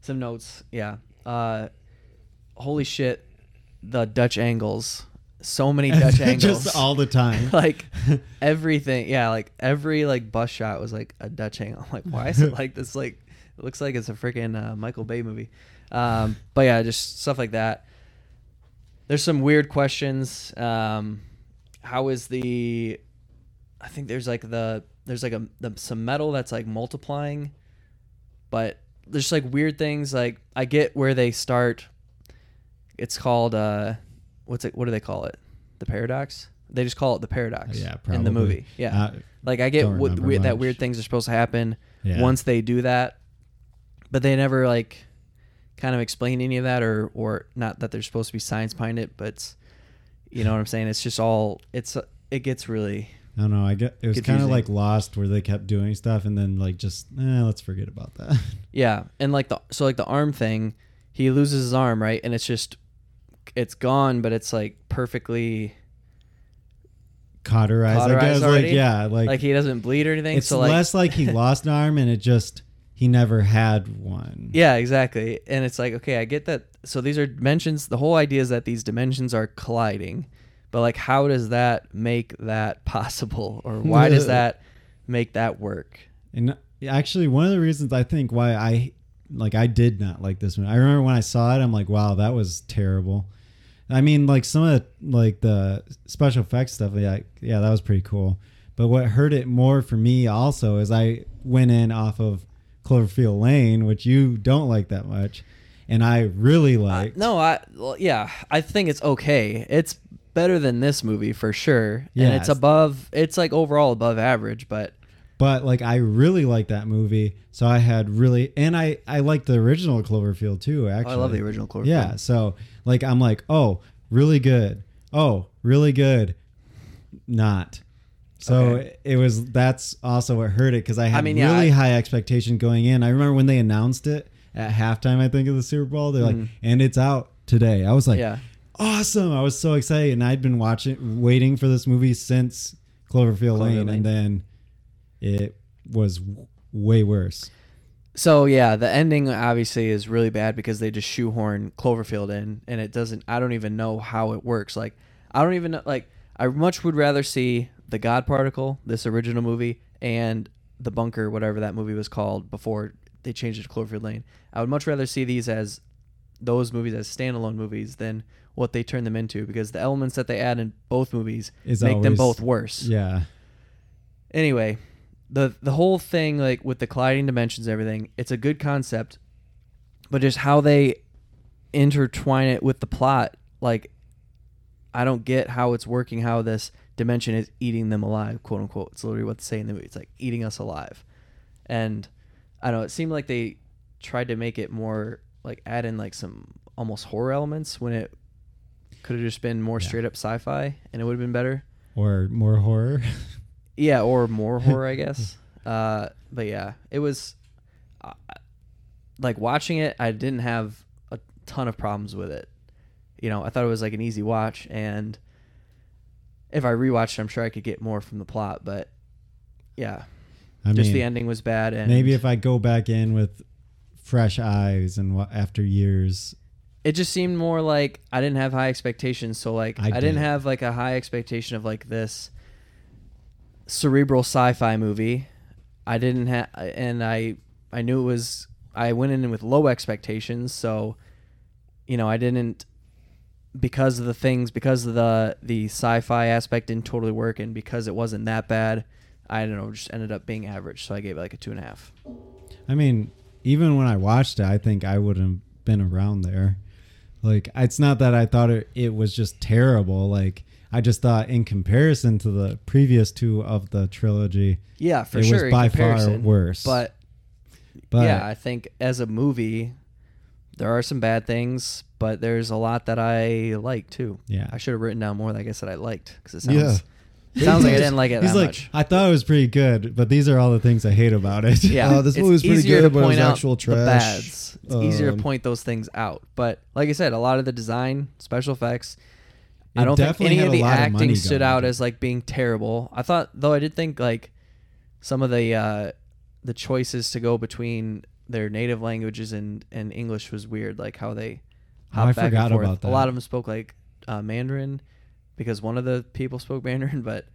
some notes yeah uh holy shit the dutch angles so many dutch angles just all the time. like everything yeah like every like bus shot was like a dutch angle I'm like why is it like this like it looks like it's a freaking uh, michael bay movie um but yeah just stuff like that there's some weird questions um how is the i think there's like the there's like a the, some metal that's like multiplying but there's like weird things like i get where they start it's called uh what's it what do they call it the paradox they just call it the paradox yeah, in the probably. movie yeah Uh, like i get don't what, remember we, that much. weird things are supposed to happen Yeah. once they do that but they never like kind of explain any of that or or not that there's supposed to be science behind it but it's- you know what i'm saying it's just all it's it gets really I don't know. I get it was kind of Confusing. like Lost, where they kept doing stuff and then like just eh, let's forget about that. Yeah, and like the so like the arm thing, he loses his arm, right? And it's just it's gone, but it's like perfectly Cauterize, I cauterized guess. already. Like yeah, like, he doesn't bleed or anything. it's so like less like he lost an arm and it just he never had one. yeah, exactly. And it's like okay, I get that. So these are dimensions. The whole idea is that these dimensions are colliding, but like how does that make that possible, or why does that make that work? And actually, one of the reasons I think why I like I did not like this one. I remember when I saw it, I'm like, wow, that was terrible. I mean, like some of the, like the special effects stuff. Yeah, yeah, that was pretty cool. But what hurt it more for me also is I went in off of Cloverfield Lane, which you don't like that much, and I really liked. Uh, No, I well, yeah, I think it's okay. It's better than this movie for sure, and Yes. it's above. It's like overall above average, but but like I really liked that movie, so I had really and I I liked the original Cloverfield too. Actually, Oh, I love the original Cloverfield. Yeah, so like I'm like, oh, really good. Oh, really good. Not. So Okay. it was. That's also what hurt it because I had mean, yeah, really I- high expectation going in. I remember when they announced it at halftime. I think of the Super Bowl. They're like, and it's out today. I was like, Mm-hmm. Yeah. awesome! I was so excited, and I'd been watching, waiting for this movie since Cloverfield Lane, Lane. and then it was w- way worse. So yeah, the ending obviously is really bad because they just shoehorn Cloverfield in, and it doesn't. I don't even know how it works. Like I don't even know. Like I much would rather see the God Particle, this original movie, and the Bunker, whatever that movie was called before they changed it to Cloverfield Lane. I would much rather see these as those movies as standalone movies than what they turn them into because the elements that they add in both movies Is make them always- both worse Yeah, anyway, the the whole thing like with the colliding dimensions and everything, it's a good concept, but just how they intertwine it with the plot, like I don't get how it's working, how this dimension is eating them alive, quote unquote. It's literally what they say in the movie. It's like eating us alive. And I don't know, it seemed like they tried to make it more like add in like some almost horror elements when it could have just been more straight up sci fi and it would have been better. or more horror. Yeah, or more horror, I guess. Uh, but yeah, it was uh, like watching it. I didn't have a ton of problems with it. You know, I thought it was like an easy watch, and if I rewatched, it, I'm sure I could get more from the plot. But yeah, I just mean, the ending was bad, and maybe if I go back in with fresh eyes and wa- after years, it just seemed more like I didn't have high expectations. So like I, I didn't did. have like a high expectation of like this cerebral sci-fi movie. I didn't have, and I I knew it was. I went in with low expectations, so you know I didn't because of the things because of the the sci-fi aspect didn't totally work, and because it wasn't that bad. I don't know, just ended up being average, so I gave it like a two and a half. I mean, even when I watched it, I think I would have been around there. Like, it's not that I thought it, it was just terrible. Like, I just thought in comparison to the previous two of the trilogy, Yeah, for It was sure. in by far comparison, worse. but but yeah, I think as a movie, there are some bad things, but there's a lot that I like too. Yeah. I should have written down more that I guess that I liked because it Yeah. sounds it sounds like I didn't like it he's that like, much. I thought it was pretty good, but these are all the things I hate about it. Yeah, Uh, this it's movie was pretty easier good, to but it was point out actual The trash. bads. It's easier Um, to point those things out, but like I said, a lot of the design, special effects. I It don't think definitely any had of a the lot of acting money stood going out into as like being terrible. I thought, though, I did think like some of the uh, the choices to go between their native languages and, and English was weird. Like how they Oh, I hopped back forgot and forth. about A lot that. of them spoke like uh, Mandarin because one of the people spoke Mandarin. But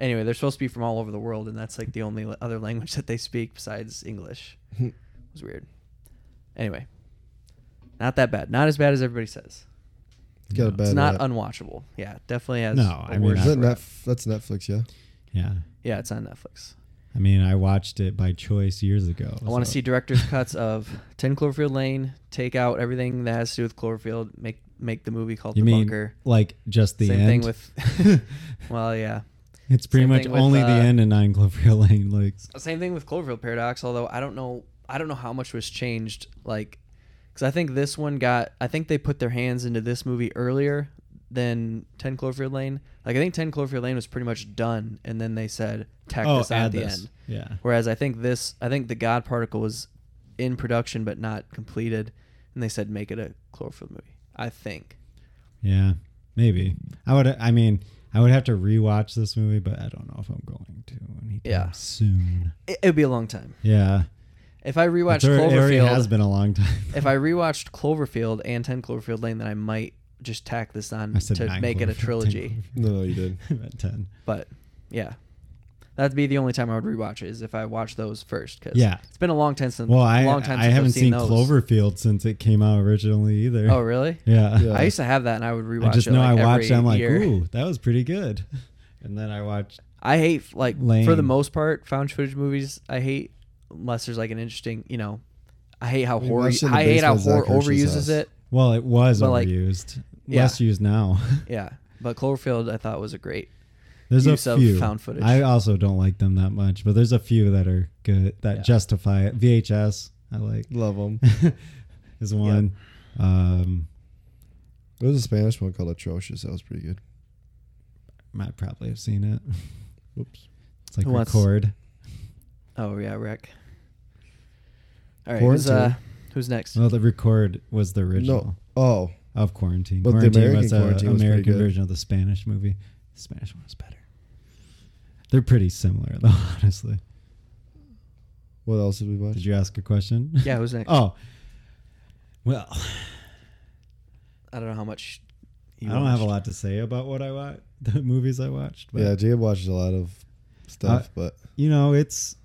anyway, they're supposed to be from all over the world, and that's like the only la- other language that they speak besides English. Hmm. it was weird. Anyway, not that bad. Not as bad as everybody says. Got a bad It's not rap. unwatchable. Yeah, it definitely has. No, a I mean, worse Is that rep. Netf- that's Netflix, yeah. yeah. Yeah, it's on Netflix. I mean, I watched it by choice years ago. I want to so- see director's cuts of Ten Cloverfield Lane. Take out everything that has to do with Cloverfield. Make make the movie called You The mean Bunker. like just the Same end? thing with. well, yeah. it's pretty same much thing with, only the uh, end in Nine Cloverfield Lane. Like, Same thing with Cloverfield Paradox. Although I don't know, I don't know how much was changed. Like, because I think this one got. I think they put their hands into this movie earlier than Ten Cloverfield Lane. Like I think Ten Cloverfield Lane was pretty much done, and then they said tack oh, this on add at the this. end. Yeah. Whereas I think this, I think the God Particle was in production but not completed, and they said make it a Cloverfield movie. I think. Yeah, maybe. I would. I mean, I would have to rewatch this movie, but I don't know if I'm going to anytime Yeah. soon. It, it'd be a long time Yeah, if I rewatch It's alre- it already Cloverfield. has been a long time. if I rewatched Cloverfield and Ten Cloverfield Lane, then I might just tack this on I said to nine make it Cloverfield, a 10 trilogy. No, no, you did. Cloverfield, at ten. But yeah, that'd be the only time I would rewatch it is if I watch those first. Cause Yeah. it's been a long time since. Well, I long time I since haven't I've seen, seen those. Cloverfield since it came out originally either. Oh, really? yeah. Yeah. I used to have that, and I would rewatch. I just it, know like, I watched. every it, I'm like, year. ooh, that was pretty good. And then I watched. I hate like Lame. for the most part found footage movies. I hate unless there's like an interesting, you know, I hate how We horror. watched it in the I hate how basement of horror Zach Hirsch's overuses house. it. Well, it was But, like, overused. yeah. Less used now. Yeah, but Cloverfield I thought was a great. There's use a of few. found footage. I also don't like them that much, but there's a few that are good that Yeah. justify it. VHS, I like. Love them. is one. Um, There's a Spanish one called Atrocious. That was pretty good. might probably have seen it. Whoops. It's like Who wants- record. Oh yeah, Rick. All right, who's, uh, Quarantine. who's next? Well, the record was the original No. Oh, of quarantine. But the quarantine American was the Quarantine was pretty American good. version of the Spanish movie. The Spanish one was better. They're pretty similar, though, honestly. What else did we watch? Did you ask a question? Yeah, who's next? Oh. Well, I don't know how much. I You don't have a watched. lot to say about what I watch, the movies I watched. But yeah, Jacob watches a lot of stuff, Uh, but you know, it's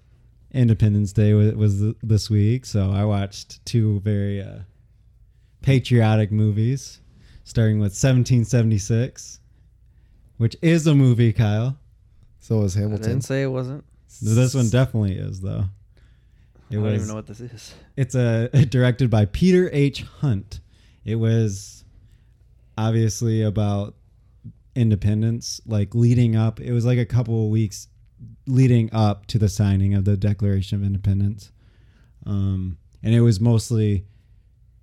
Independence Day wa- was th- this week, so I watched two very uh, patriotic movies, starting with 1776, which is a movie, Kyle. so was I Hamilton. didn't say it wasn't. This one definitely is, though. It I don't was. even know what this is. It's uh, directed by Peter H. Hunt. It was obviously about independence, like leading up. It was like a couple of weeks leading up to the signing of the Declaration of Independence. Um, and it was mostly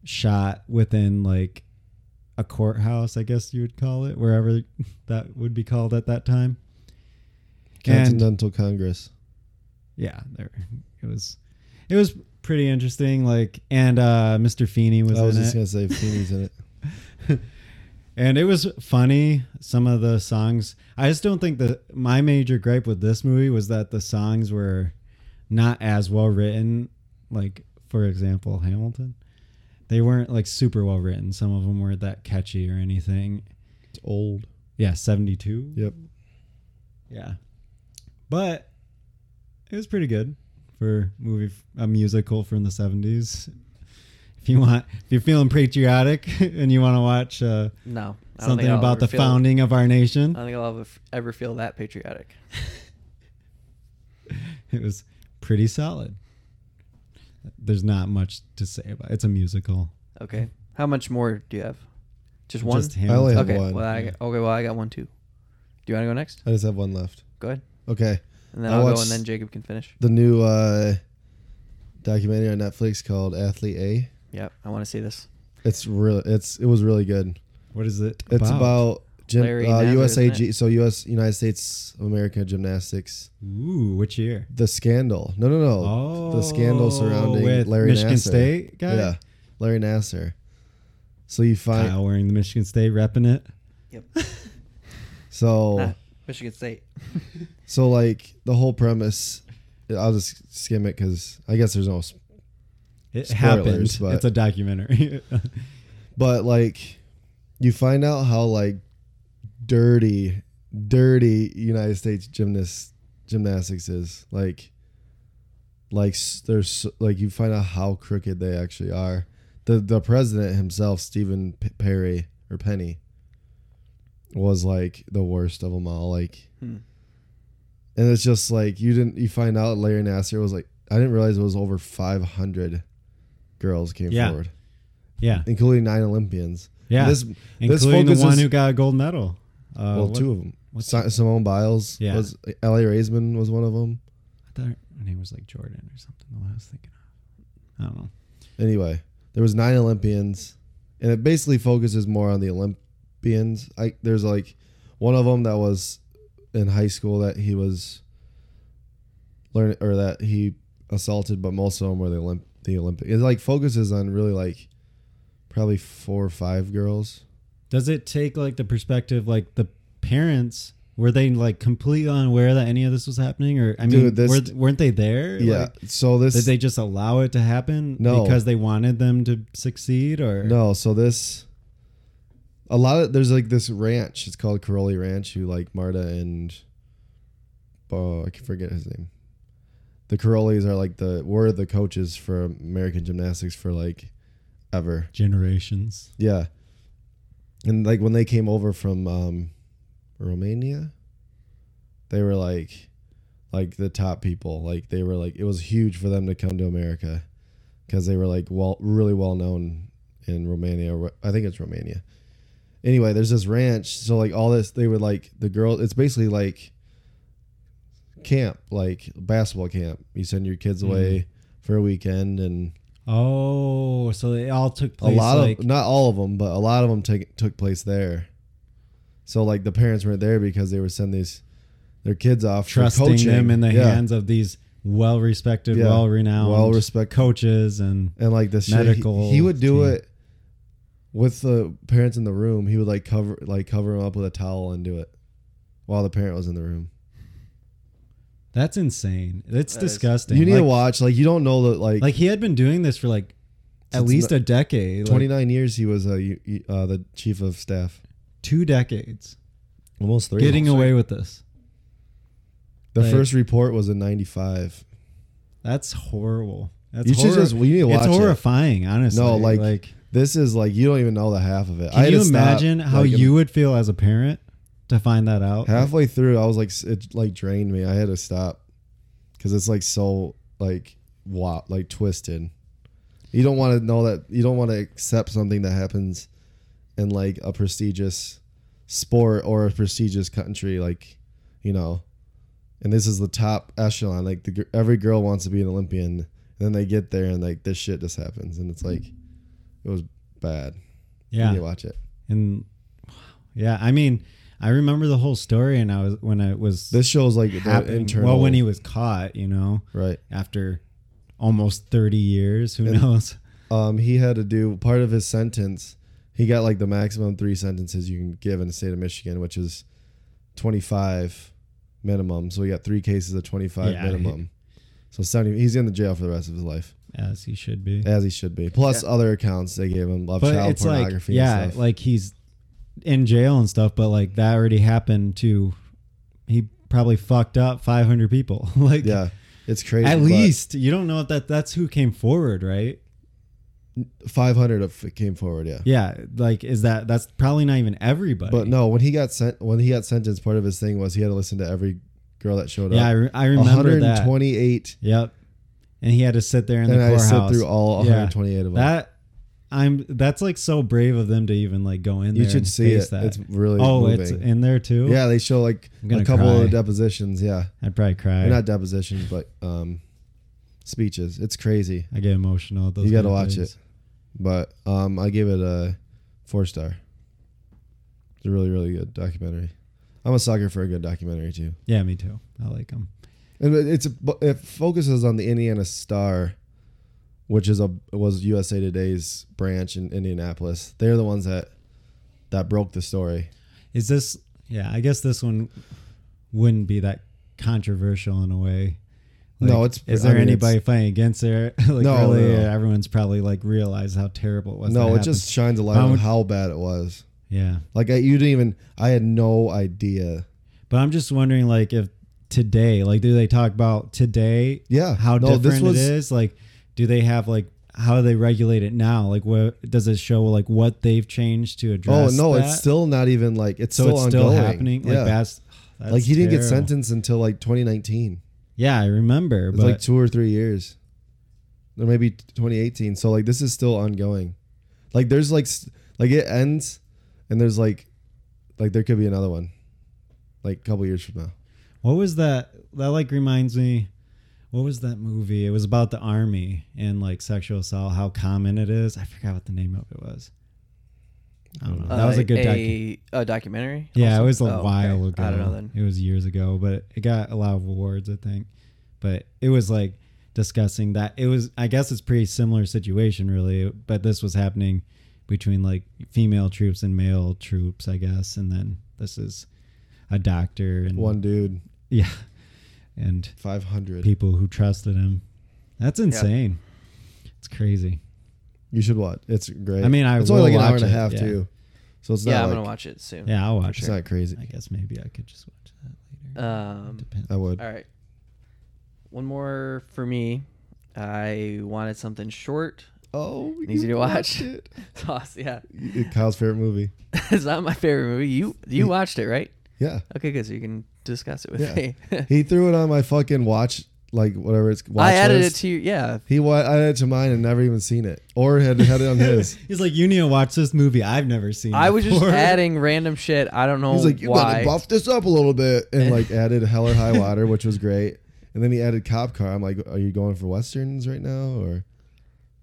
shot within like a courthouse, I guess you would call it, wherever that would be called at that time. And- Continental Congress. yeah, there it was. It was pretty interesting. Like, and uh, Mr. Feeney was I was in just it, gonna say Feeney's in it. and it was funny. Some of the songs, I just don't think that my major gripe with this movie was that the songs were not as well written. Like, for example, Hamilton. They weren't like super well written. Some of them weren't that catchy or anything. It's old. Yeah, seventy two. Yep. Yeah. But it was pretty good for movie a musical from the 70s. If you want if you're feeling patriotic and you want to watch uh, No. I don't think something I'll ever about the feel- Uh. founding of our I nation, don't think I'll ever- ever feel that patriotic. it was pretty solid. There's not much to say about it. It's a musical. Okay. How much more do you have? Just one. Just I only Hamilton. have okay. one. Well, I, okay. Well, I got one too. Do you want to go next? I just have one left. Go ahead, Okay, and then I I'll go, watched- and then Jacob can finish. the new uh, documentary on Netflix called Athlete A. Yep. I want to see this. It's really it's it was really good. What is it? It's about, gym, Larry uh, Nasser, isn't USAG. it? So US United States of America gymnastics. Ooh, which year? The scandal. No, no, no. the scandal surrounding Oh, with Larry Michigan Nassar. State guy. Yeah, Larry Nasser. So you find Kyle wearing the Michigan State repping it. Yep. so Nah, Michigan State. so like the whole premise. I'll just skim it because I guess there's no s- It happened. Spoilers, but- It's a documentary. but like you find out how like dirty dirty united states gymnast gymnastics is like like s- there's like you find out how crooked they actually are the the president himself stephen P- perry or penny was like the worst of them all like Hmm. and it's just like you didn't you find out larry nasser was like i didn't realize it was over 500 girls came Yeah. forward yeah. including nine Olympians. Yeah. Uh, this this including the focuses one who got a gold medal. Uh, well what- two of them. what's- Si- Simone Biles Yeah. was L.A. Raisman was one of them. I thought her name was like Jordan or something. The one I was thinking of. I don't know. Anyway, there was nine Olympians, and it basically focuses more on the Olympians. I there's like one of them that was in high school that he was learning or that he assaulted, but most of them were the Olymp the Olympic. It like focuses on really like probably four or five girls. Does it take like the perspective like the parents were they like completely unaware that any of this was happening or I mean Dude, this- weren't, weren't they there? Yeah. Like, so this did they just allow it to happen No. because they wanted them to succeed or No, so this a lot of there's like this ranch. It's called Caroli Ranch. Who like Marta and oh, I can forget his name. The Carolis are like the were the coaches for American gymnastics for like ever. generations? Yeah, and like when they came over from um, Romania, they were like like the top people. Like they were like it was huge for them to come to America because they were like well really well known in Romania. Ro- I think it's Romania. Anyway, there's this ranch. So like all this, they would like the girl. It's basically like camp, like basketball camp. You send your kids away for a weekend and Oh, so it all took a place lot like of not all of them, but a lot of them took took place there. So like the parents weren't there because they were sending these their kids off for trusting coaching. them in the Yeah. hands of these well-respected, Yeah. well-renowned, Well-respect- coaches and and like the shit, he- medical He, would do team. it with the parents in the room. He would like cover like cover them up with a towel and do it while the parent was in the room. That's insane. That's That is- disgusting. You need like, to watch. Like you don't know that. Like Like he had been doing this for like at Since least the- a decade. like, twenty nine years, he was uh, you- you- uh, the chief of staff. two decades. Almost three. Getting away with this. The like- first report was in ninety five. That's horrible. That's You should horri- just. You need to watch It's it. horrifying, honestly. No, like, like this is like you don't even know the half of it. I can had you to stop, imagine how like, in- you would feel as a parent to find that out? halfway through I was like s- it like drained me. I had to stop because it's like so like wow like twisted. You don't want to know that. You don't want to accept something that happens in like a prestigious sport or a prestigious country. Like you know, and this is the top echelon. Like the, gir- every girl wants to be an Olympian. And then they get there and like this shit just happens, and it's like it was bad. Yeah. you watch it. and yeah, I mean, I remember the whole story, and I was when I was This shows like the happening- internal. Well, when he was caught, you know, right. after almost thirty years, who And- knows? um, he had to do part of his sentence. He got like the maximum three sentences you can give in the state of Michigan, which is 25 minimum. So he got three cases of 25 Yeah, minimum. So 70, he's in the jail for the rest of his life, As he should be. as he should be. Plus other accounts they gave him of but child it's like pornography. yeah, and stuff. like he's in jail and stuff, but like that already happened to he probably fucked up five hundred people. like yeah, it's crazy. at but least you don't know if that that's who came forward, right? 500 of it came forward. Yeah. Yeah, like is that that's probably not even everybody. But no, when he got sent, when he got sentenced, part of his thing was he had to listen to every girl that showed yeah, I, up. re- I remember that. 128 Yep, and he had to sit there in and the I courthouse. sit through all Yeah. 128 of them. That I'm that's like so brave of them to even like go in You there. should and see face it. That. It's really oh, moving. it's in there too. yeah, they show like I'm gonna a couple cry. of depositions. Yeah, I'd probably cry. Or not depositions, but um, speeches. It's crazy. I get emotional. At those you got to kinda watch things. it. But um, I give it a four star. It's a really really good documentary. I'm a sucker for a good documentary too, Yeah, me too. I like them. and it- it's but it focuses on the Indiana Star, which is a was USA Today's branch in Indianapolis. They're the ones that that broke the story. Is this? Yeah, I guess this one wouldn't be that controversial in a way. No, it's- Is I there mean, anybody fighting against there? like No, really, no, no. everyone's probably like realized how terrible it was. no, that it happened. just shines a light How on would- how bad it was. yeah. Like I, you didn't even. I had no idea. But I'm just wondering, like, if today, like, do they talk about today? Yeah. How No, this different was- it is? Like, do they have like how do they regulate it now? Like, what does it show? Like, what they've changed to Oh address? no, that? it's still not even like it's so still it's ongoing. still happening. Like, yeah. that's, that's like he didn't get terrible. sentenced until like 2019. Yeah, I remember. It's but like two or three years, or maybe 2018. So like this is still ongoing. Like there's like s- like it ends, and there's like like there could be another one, like a couple years from now. what was that? That like reminds me. What was that movie? It was about the army and like sexual assault. How common it is. I forgot what the name of it was. I don't know. Um, That was Uh, a good. docu- a, a documentary. Yeah, also? it was a Oh, okay. while ago. I don't know then. It was years ago, but it got a lot of awards, I think. But it was like discussing that it was I guess it's pretty similar situation really, but this was happening between like female troops and male troops, I guess, and then this is a doctor and One dude, yeah, and 500. people who trusted him. That's insane. It's crazy. You should watch. It's great. I mean, I it's only will like an hour watch and a it, half yeah. too. So it's Yeah, not I'm like, gonna watch it soon. uh, Yeah, I'll watch It's it. not crazy. I guess maybe I could just watch that later. Um, Depends. I would. All right. One more for me. I wanted something short, Oh, and easy you to watch. watched it. Toss, yeah. Y- Kyle's favorite movie. it's not my favorite movie. You you watched it, right? Yeah. Okay, good. So you can discuss it with Yeah. me. he threw it on my fucking watch, like whatever it's. Watch I added list. it to you. Yeah. He wa- I added it to mine and never even seen it, or had had it on his. He's like, you need to watch this movie I've never seen. I was just before." adding random shit. I don't know He's like, you why. gotta buff this up a little bit, and like added Hell or High Water, which was great. And then he added Cop Car. I'm like, are you going for westerns right now, or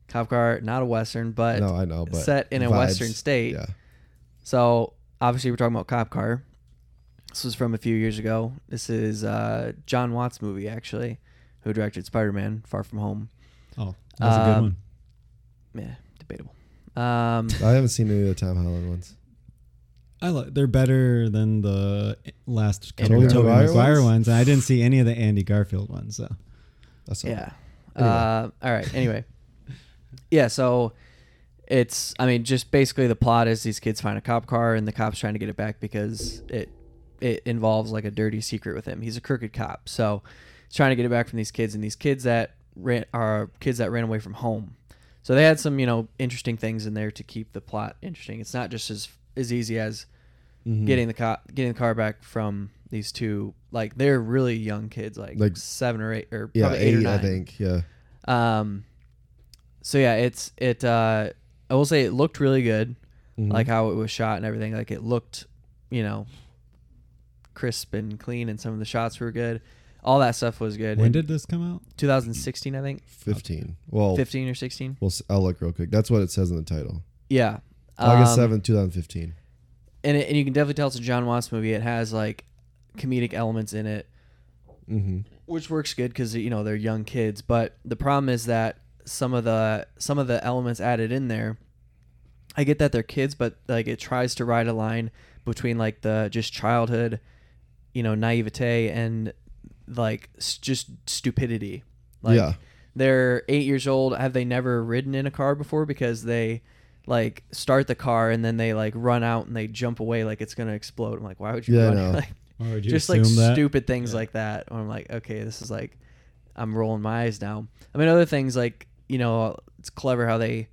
Cop car, not a western, but no? I know, but set in a vibes. western state. Yeah, So obviously we're talking about cop car. This was from a few years ago. This is uh, John Watts' movie actually, who directed Spider Man: Far From Home. Oh, that's a Um, good one. Yeah, debatable. Um, I haven't seen any of the Tom Holland ones. I like they're better than the last Andy couple of Tobey Maguire Maguire ones? ones. and I didn't see any of the Andy Garfield ones though. That's all. Yeah. Uh, all right. Anyway. yeah. So it's, I mean, just basically the plot is these kids find a cop car and the cop's trying to get it back because it it involves like a dirty secret with him. He's a crooked cop, so he's trying to get it back from these kids and these kids that ran are kids that ran away from home. So they had some, you know, interesting things in there to keep the plot interesting. It's not just as as easy as getting the cop getting the car back from these two like they're really young kids like, Like- seven or eight or Yeah, probably eight, or eight, nine. I think. Yeah. Um, so yeah, it's it. Uh, I will say it looked really good, Mm-hmm. like how it was shot and everything. Like it looked, you know, crisp and clean, and some of the shots were good. All that stuff was good. When In did this come out? 2016? I think 15. Well, 15 or 16. we'll s- I'll look real quick. That's what it says in the title. Yeah, August Um, 7th, 2015. and it, and you can definitely tell it's a John Watts movie. It has like comedic elements in it, Mm-hmm. which works good because you know they're young kids. But the problem is that some of the some of the elements added in there, I get that they're kids, but like it tries to ride a line between like the just childhood, you know, naivete and like s- just stupidity. Like Yeah. they're eight years old. Have they never ridden in a car before? Because they like start the car and then they like run out and they jump away like it's gonna explode. I'm like, why would you Yeah, I run? know. like, Why would you just like assume that? stupid things like that. Where I'm like, okay, this is like, I'm rolling my eyes now. I mean, other things like you know, it's clever how they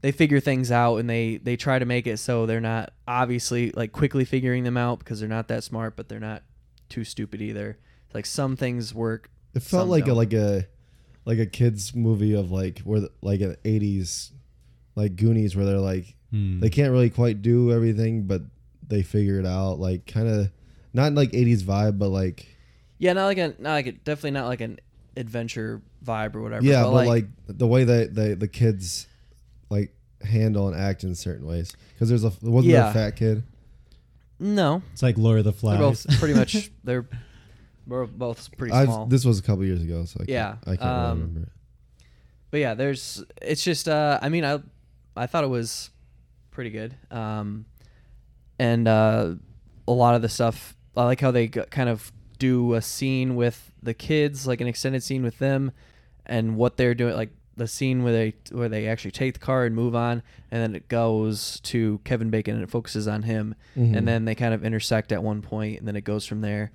they figure things out and they they try to make it so they're not obviously like quickly figuring them out because they're not that smart, but they're not too stupid either. Like some things work. It felt some like a don't. like a like a kids movie of like where the, like an 80s like Goonies where they're like Hmm. they can't really quite do everything but they figure it out like kind of not like 80s vibe but like yeah, not like a not like a, definitely not like an adventure vibe or whatever. yeah but, like, the way that they, the kids like handle and act in certain ways because there's a wasn't there Yeah. a fat kid no, It's like Lord of the they're Flies. both pretty much they're we're both pretty I've- small. this was a couple years ago so I can't, Yeah, I can't um, really remember it. but yeah, there's it's just uh I mean I I thought it was pretty good. Um and uh a lot of the stuff I like how they g- kind of do a scene with the kids, like an extended scene with them and what they're doing like the scene where they where they actually take the car and move on and then it goes to Kevin Bacon and it focuses on him and then they kind of intersect at one point and then it goes from there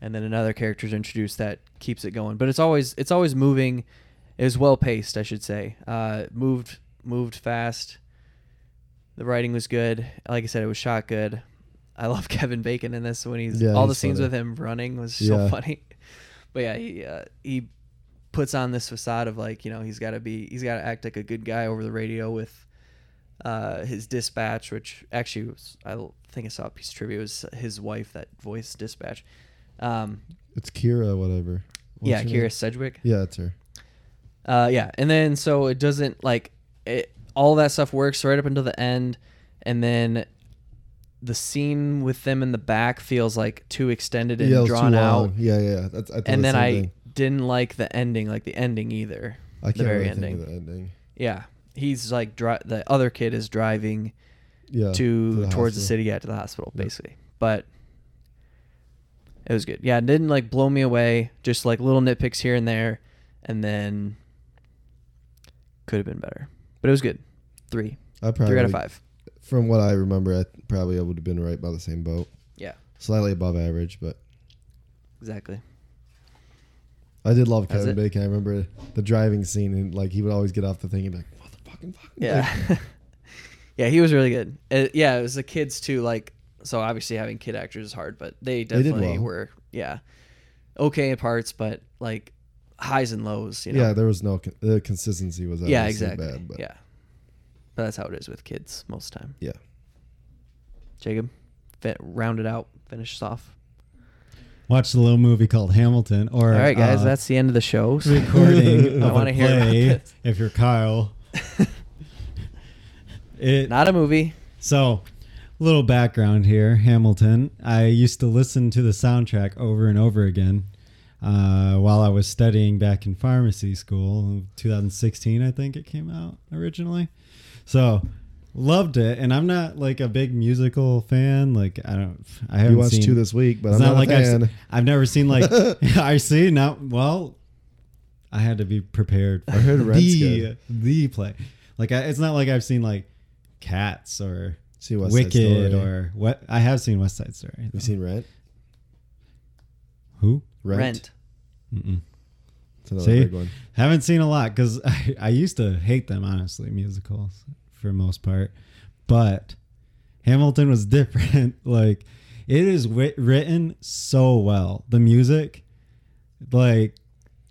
and then another character's introduced that keeps it going but it's always it's always moving it was well paced I should say uh moved moved fast the writing was good like I said it was shot good I love Kevin Bacon in this when he's Yeah, all the he's scenes funny. with him running was Yeah. so funny but yeah he uh, he puts on this facade of like you know he's got to be he's got to act like a good guy over the radio with uh, his dispatch which actually was, i l- think i saw a piece of trivia it was his wife that voiced dispatch um, it's Kira whatever What's yeah her kira name? sedgwick yeah it's her uh, yeah, and then so it doesn't like it. All that stuff works right up until the end, and then the scene with them in the back feels like too extended and yeah it was too drawn out. long. yeah yeah that's I thought And the then same I thing. didn't like the ending, like the ending either. I can't the very really ending. think of the ending Yeah, he's like dri- the other kid is driving yeah to Uh, the towards the hospital. city, yeah, to the hospital, basically. But it was good. Yeah, it didn't like blow me away. Just like little nitpicks here and there, and then could have been better, but it was good. Three, I probably three out of would- five. from what I remember, I probably would have been right by the same boat, Yeah, slightly above average, but exactly. I did love That's Kevin it. Bacon. I remember the driving scene, and like he would always get off the thing and be like, "Motherfucking fucking." Yeah, yeah, he was really good. Uh, yeah, it was the kids too. Like, so obviously having kid actors is hard, but they did definitely well. were. Yeah, okay in parts, but like highs and lows. You know? yeah, there was no con- the consistency was yeah, obviously exactly. bad, but yeah, but that's how it is with kids most of the time. yeah. Jacob, fit, round it out, finish us off. Watch the little movie called Hamilton. Or All right, guys, uh, that's the end of the show. So- recording I of wanna a hear about play. this. If you're Kyle, it Not a movie. So, little background here, Hamilton. I used to listen to the soundtrack over and over again uh, while I was studying back in pharmacy school. 2016, I think it came out originally. So, loved it, and I'm not like a big musical fan. Like I don't, I haven't watched seen, two this week, but it's I'm not a like I've, fan. se- I've never seen like I see now. Well, I had to be prepared. For I heard Rent's the good. the play. Like I, it's not like I've seen like Cats or See West Side Wicked Story. or what. I have seen West Side Story. though. You've seen Rent? who? Rent. Rent. It's another See, big one. haven't seen a lot because I, I used to hate them honestly musicals for most part, but Hamilton was different. like it is wi- written so well. The music, like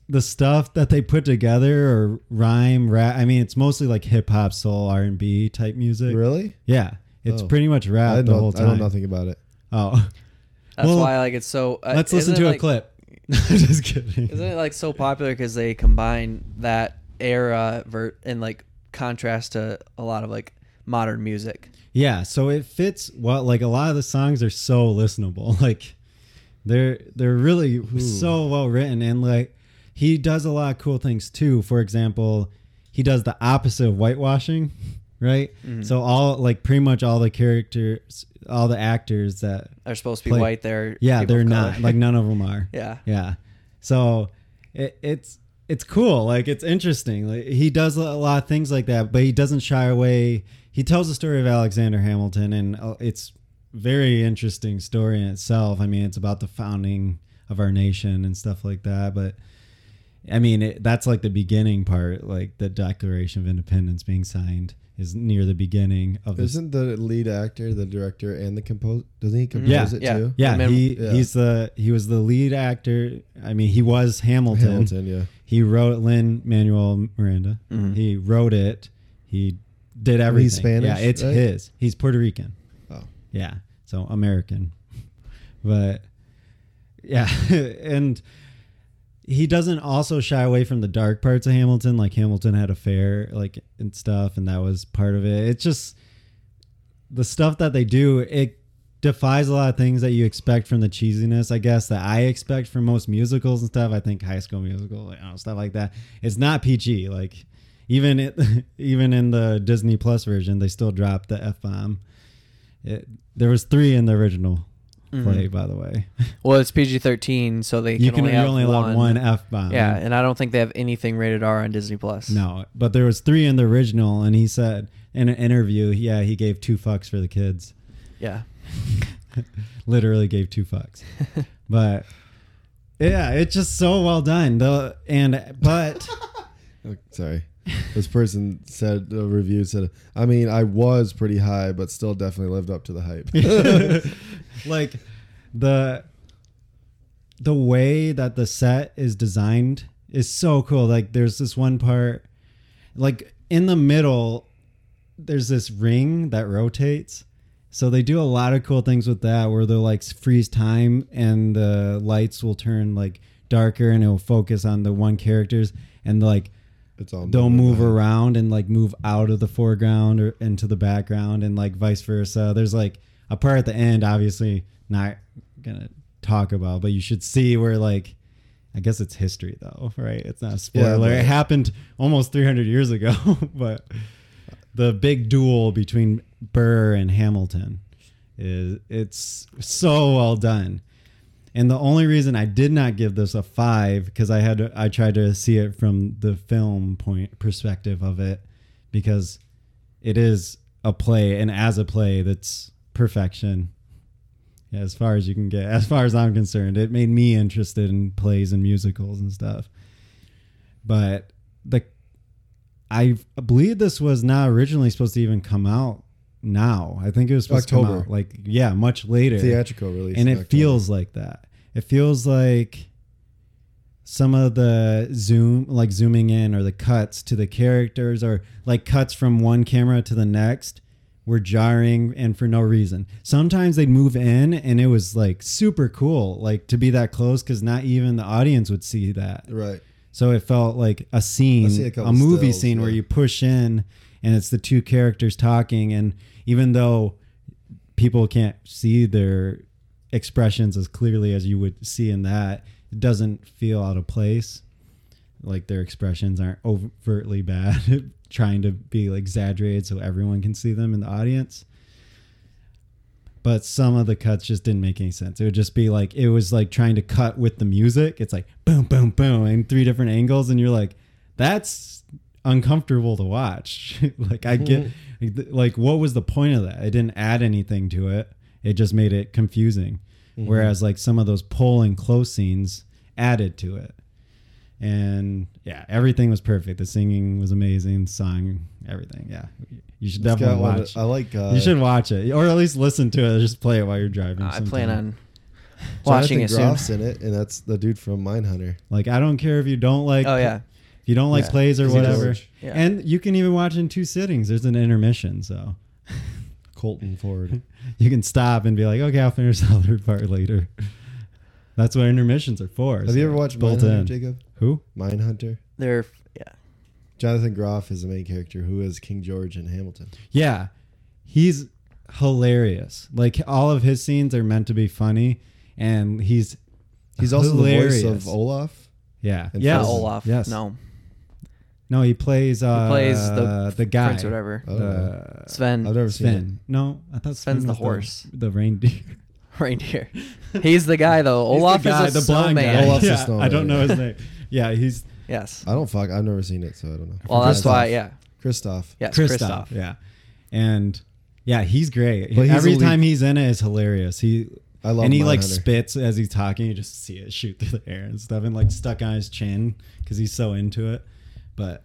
the stuff that they put together or rhyme rap. I mean, it's mostly like hip hop, soul, R and B type music. Really? Yeah, it's Oh. pretty much I, rap didn't the know- whole I time. know nothing about it. Oh, That's Well, why like it's so. Uh, let's listen isn't to it, a like- clip. Just kidding. Isn't it like so popular because they combine that era ver- in like contrast to a lot of like modern music? Yeah, so it fits what like a lot of the songs are so listenable. Like they're they're really so well written and like he does a lot of cool things too. For example, he does the opposite of whitewashing, right? Mm-hmm. So all like pretty much all the characters all the actors that They're supposed to be Play- white. They're yeah, people they're of not. color. Like none of them are. yeah, Yeah. So it, it's it's cool. Like it's interesting. Like he does a lot of things like that, but he doesn't shy away. He tells the story of Alexander Hamilton, and uh, it's very interesting story in itself. I mean, it's about the founding of our nation and stuff like that. But I mean, it, that's like the beginning part, like the Declaration of Independence being signed is near the beginning of this. Isn't the lead actor, the director, and the compose? Doesn't he compose Yeah, it yeah. too? yeah, I mean, he yeah. he's the he was the lead actor. I mean, he was Hamilton, yeah. Mm-hmm. He wrote Lin Manuel Miranda. He wrote it. He did everything. Spanish, Yeah, it's right? his. He's Puerto Rican. Oh. Yeah, so American, but yeah, and he doesn't also shy away from the dark parts of Hamilton. Like Hamilton had a fair, like and stuff, and that was part of it. It's just the stuff that they do. It defies a lot of things that you expect from the cheesiness, I guess, that I expect from most musicals and stuff. I think High School Musical, like, oh, stuff like that. It's not PG. Like even it, even in the Disney Plus version, they still dropped the f bomb. There was three in the original play, by the way. Well, it's PG thirteen, so they Mm-hmm. can, You can only you're have only allowed one. one f bomb. yeah, and I don't think they have anything rated R on Disney Plus. No, but there was three in the original, and he said in an interview, yeah, he gave two fucks for the kids. Yeah. literally gave two fucks. but yeah, it's just so well done. The and but Oh, Sorry. This person said the review said, "I mean, I was pretty high, but still definitely lived up to the hype." like the the way that the set is designed is so cool. Like there's this one part like in the middle there's this ring that rotates. So they do a lot of cool things with that where they'll like freeze time and the lights will turn like darker and it'll focus on the one characters and like It's all they'll moving move behind. around and like move out of the foreground or into the background and like vice versa. There's like a part at the end, obviously not gonna talk about, but you should see where like I guess it's history though, right? It's not a spoiler. but- it happened almost 300 years ago, but the big duel between Burr and Hamilton is it's so well done. And the only reason I did not give this a five because I had to, I tried to see it from the film point perspective of it because it is a play and as a play that's perfection as far as you can get as far as I'm concerned it made me interested in plays and musicals and stuff but the I believe this was not originally supposed to even come out now I think it was supposed to come October. out like yeah much later theatrical release, and in it October. feels like that. It feels like some of the zoom, like zooming in, or the cuts to the characters, or like cuts from one camera to the next, were jarring and for no reason. Sometimes they'd move in, and it was like super cool, like to be that close, because not even the audience would see that. right. So it felt like a I see scene, a a, couple movie stills, scene where yeah. you push in and it's the two characters talking. And even though people can't see their expressions as clearly as you would see in that, it doesn't feel out of place. like their expressions aren't overtly bad, trying to be like exaggerated so everyone can see them in the audience. But some of the cuts just didn't make any sense. It would just be like it was like trying to cut with the music. It's like boom, boom, boom, in three different angles, and you're like, that's uncomfortable to watch. like I get, Mm-hmm. like what was the point of that? It didn't add anything to it. It just made it confusing. Mm-hmm. Whereas like some of those pull and close scenes added to it and yeah, everything was perfect. The singing was amazing, song, everything. Yeah, you should It's definitely got one of watch. the- I like, uh, you should watch it, or at least listen to it. Just play it while you're driving. I plan sometime. on watching it Jonathan soon. Groff's in it, and that's the dude from Mindhunter. Like I don't care if you don't like. Oh, yeah. If you don't like Yeah. plays or Is he whatever, George? Yeah. and you can even watch in two sittings. There's an intermission, so Colton Ford. you can stop and be like, okay, I'll finish the other part later. That's what intermissions are for. Have you ever watched Mindhunter, Jacob? Who? Mindhunter. They're yeah. Jonathan Groff is the main character, who is King George in Hamilton. Yeah. He's hilarious. Like all of his scenes are meant to be funny and he's He's also hilarious. the voice of Olaf. Yeah. and Yes. Not Frozen. Olaf. Yes. No. No, he plays uh plays the the guy. uh, Prince whatever. Oh. The Sven. I've never seen Sven. No, I thought Sven Sven's the was horse. The, reindeer. Reindeer. He's the guy though. He's Olaf the guy, is a the blind snowman. guy. Olaf's a yeah, I snowman. don't know his name. Yeah, he's Yes. it. I don't fuck. I've never seen it, so I don't know. Well, that's why. Yeah. Christoph. Christoph. Yes. Kristoff, Christoph. Yeah. And yeah, he's great. But he's Every a lead- time he's in it, it's hilarious. He I love and he like Mindhunter. spits as he's talking. You just see it shoot through the air and stuff, and like stuck on his chin because he's so into it. But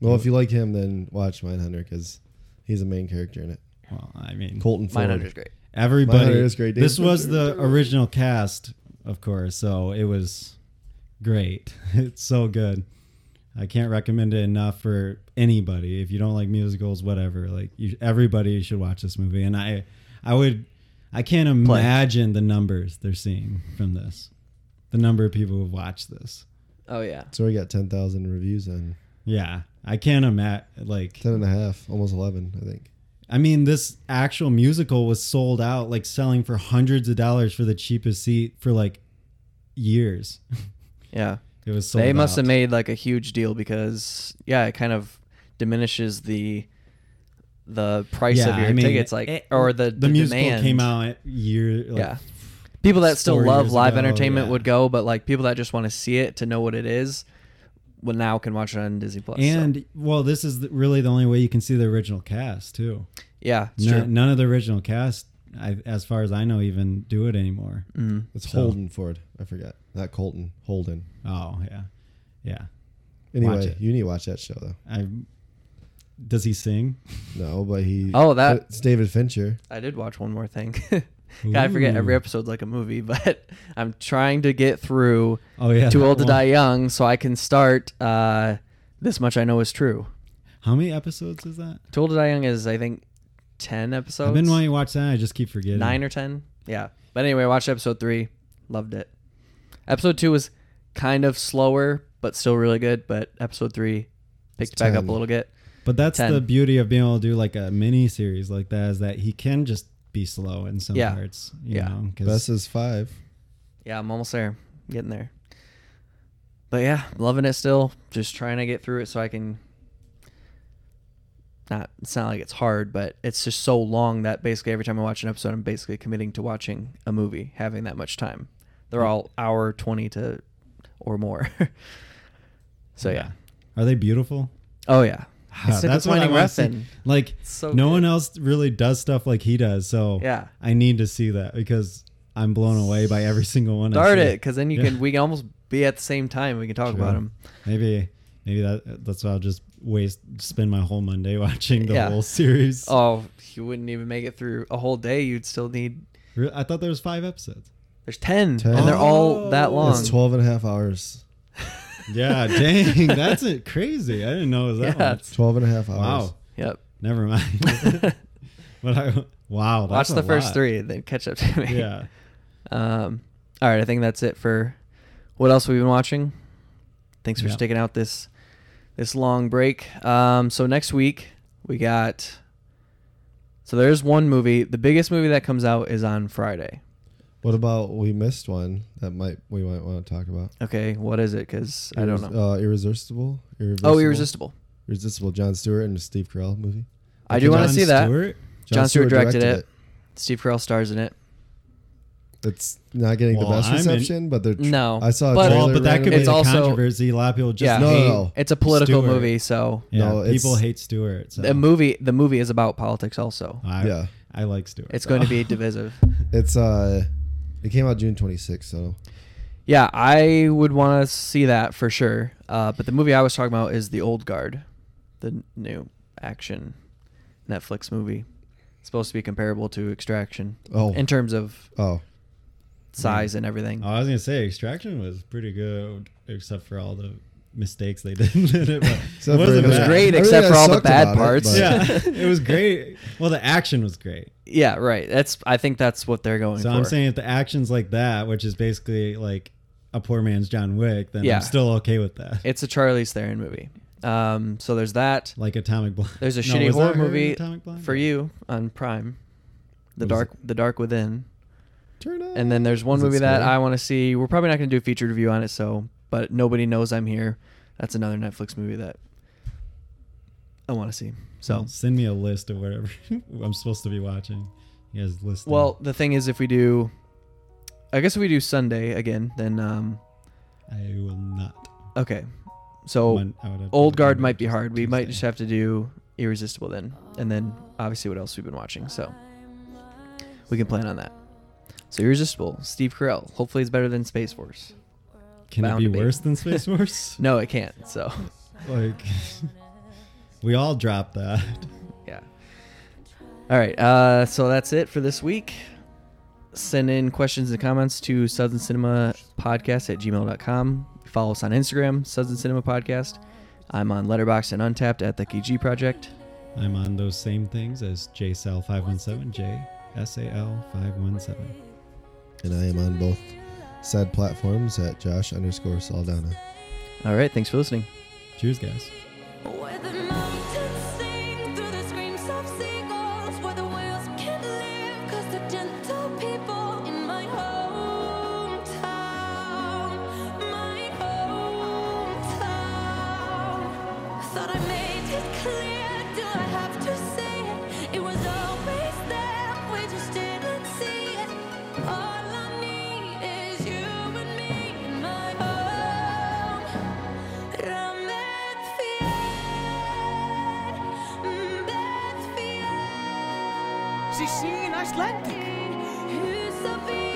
Well, if you like him, then watch Mindhunter because he's the main character in it. well, I mean, Colton Ford. Mindhunter's great. everybody. Mindhunter is great. This was the original cast, of course, so it was great. It's so good. I can't recommend it enough for anybody. If you don't like musicals, whatever, like you, everybody should watch this movie. And I, I would, I can't Play. imagine the numbers they're seeing from this, the number of people who've watched this. Oh yeah. So we got 10,000 reviews on Yeah, I can't imagine. Like, 10 and a half, almost 11, I think. I mean, this actual musical was sold out, like selling for hundreds of dollars for the cheapest seat for like years. Yeah. It was sold They must out. have made like a huge deal because yeah, it kind of diminishes the the price of Yeah, your I mean, tickets, like it- or the the, musical demand. came out a year. Like, Yeah. People that still four love years live ago, entertainment yeah. would go, but like people that just want to see it to know what it is, well now can watch it on Disney Plus. so. And well, this is the- really the only way you can see the original cast too. yeah, it's No- true. None of the original cast, I, as far as I know, even do it anymore. Mm-hmm. It's So- Holden Ford. I forgot. Not Colton. Holden. Oh yeah, yeah. Anyway, it. you need to watch that show, though. I does he sing? No, but he. Oh, that- It's David Fincher. I did watch one more thing. God, I forget Ooh. every episode's like a movie, but I'm trying to get through Oh yeah. Too that Old to one. Die Young so I can start uh, This Much I Know Is True. How many episodes is that? Too Old to Die Young is, I think, 10 episodes. I've been wanting to watch that. I just keep forgetting. Nine or 10. Yeah. But anyway, I watched episode three. Loved it. Episode two was kind of slower, but still really good. But episode three picked It's back up 10. a little bit. But that's 10. the beauty of being able to do like a mini series like that is that he can just be slow in some Yeah. parts. You Yeah. know, 'cause- Best is five. Yeah, I'm almost there. Getting there. But yeah, loving it still. Just trying to get through it so I can not it's not like it's hard, but it's just so long that basically every time I watch an episode I'm basically committing to watching a movie, having that much time. They're all hour twenty to or more. so yeah. are they beautiful? Oh yeah. It's Ah, that's what I disappointing want to see. Ruffin. Like so no good. one else really does stuff like he does. So Yeah. I need to see that because I'm blown away by every single one. I Start see. it, because then you Yeah. can we can almost be at the same time. We can talk about them. Maybe maybe that that's why I'll just waste spend my whole Monday watching the Yeah. whole series. Oh, you wouldn't even make it through a whole day. You'd still need Re- I thought there was five episodes. There's 10, 10. and they're all that long. It's 12 and a half hours. Yeah, dang, that's it. Crazy. I didn't know it was that Yeah, one. it's- 12 and a half hours. Wow. Yep. Never mind. but I, wow, Watch that's the a first lot. three, then catch up to me. Yeah. Um, all right, I think that's it for what else we've been watching. Thanks for Yeah. sticking out this this long break. Um, so next week we got. So there's one movie. The biggest movie that comes out is on Friday. What about we missed one that might we might want to talk about? Okay, what is it? Because I don't Irres- know. Uh, irresistible, irreversible. oh, irresistible. Irresistible. John Stewart and Steve Carell movie. I do want to Jon see that. Stewart? John, Stewart directed, it. Steve Carell stars in it. It's not getting Well, the best I'm in- reception, but they're No, I saw a but- trailer. Well, but that could be randomly. It's the also- controversy. A lot of people just Yeah. No, hate. no, no. It's a political Stewart. movie, so Yeah, No, it's- people hate Stewart. So the movie the movie is about politics. Also, I, Yeah. I like Stewart. it's going to though. be divisive. It's uh, it came out June 26th, so Yeah, I would want to see that for sure. Uh, but the movie I was talking about is The Old Guard, the n- new action Netflix movie. It's supposed to be comparable to Extraction oh in terms of oh size and everything. I was gonna say Extraction was pretty good, except for all the mistakes they did. in it, but Except for wasn't it was bad. Great, Everything except I for all the sucked bad about it, parts. but- Yeah, it was great. Well, the action was great. Yeah, right. That's I think that's what they're going So for. I'm saying if the action's like that, which is basically like a poor man's John Wick, then Yeah. I'm still okay with that. it's a Charlize Theron movie. Um, so there's that. like Atomic Blonde. There's a No, shitty was that horror her, movie Atomic Blonde? for you on Prime, The What is Dark, The Dark Within. turn Oh, up. And then there's one Is it movie that scary? I want to see. We're probably not going to do a feature review on it, so but nobody knows I'm here. That's another Netflix movie that I want to see. So send me a list of whatever I'm supposed to be watching. You guys list. them. well, the thing is, if we do, I guess if we do Sunday again, then um, I will not. okay. So Mon- I would have to oh, Old Guard do might be hard. We might Tuesday. just have to do Irresistible then, and then obviously what else we've been watching. So we can plan on that. So Irresistible, Steve Carell. Hopefully, it's better than Space Force. Can it bound be to be. worse than Space Force? No, it can't. So like, we all dropped that. yeah. All right. Uh, so that's it for this week. Send in questions and comments to Suds and Cinema Podcast at gmail.com. Follow us on Instagram, Suds and Cinema Podcast. I'm on Letterbox and Untapped at the KG Project. I'm on those same things as JSAL517, J S A L 517. and I am on both said platforms at Josh underscore Saldana. All right. Thanks for listening. Cheers, guys. Where the mountains sing through the screams of seagulls, where the whales can't live, cause the gentle people in my hometown, my hometown. Thought I made it clear, do I have to say it? It was always there, we just didn't see it. All I need is you and me in my home. Sie sehen Atlantik. Hus og by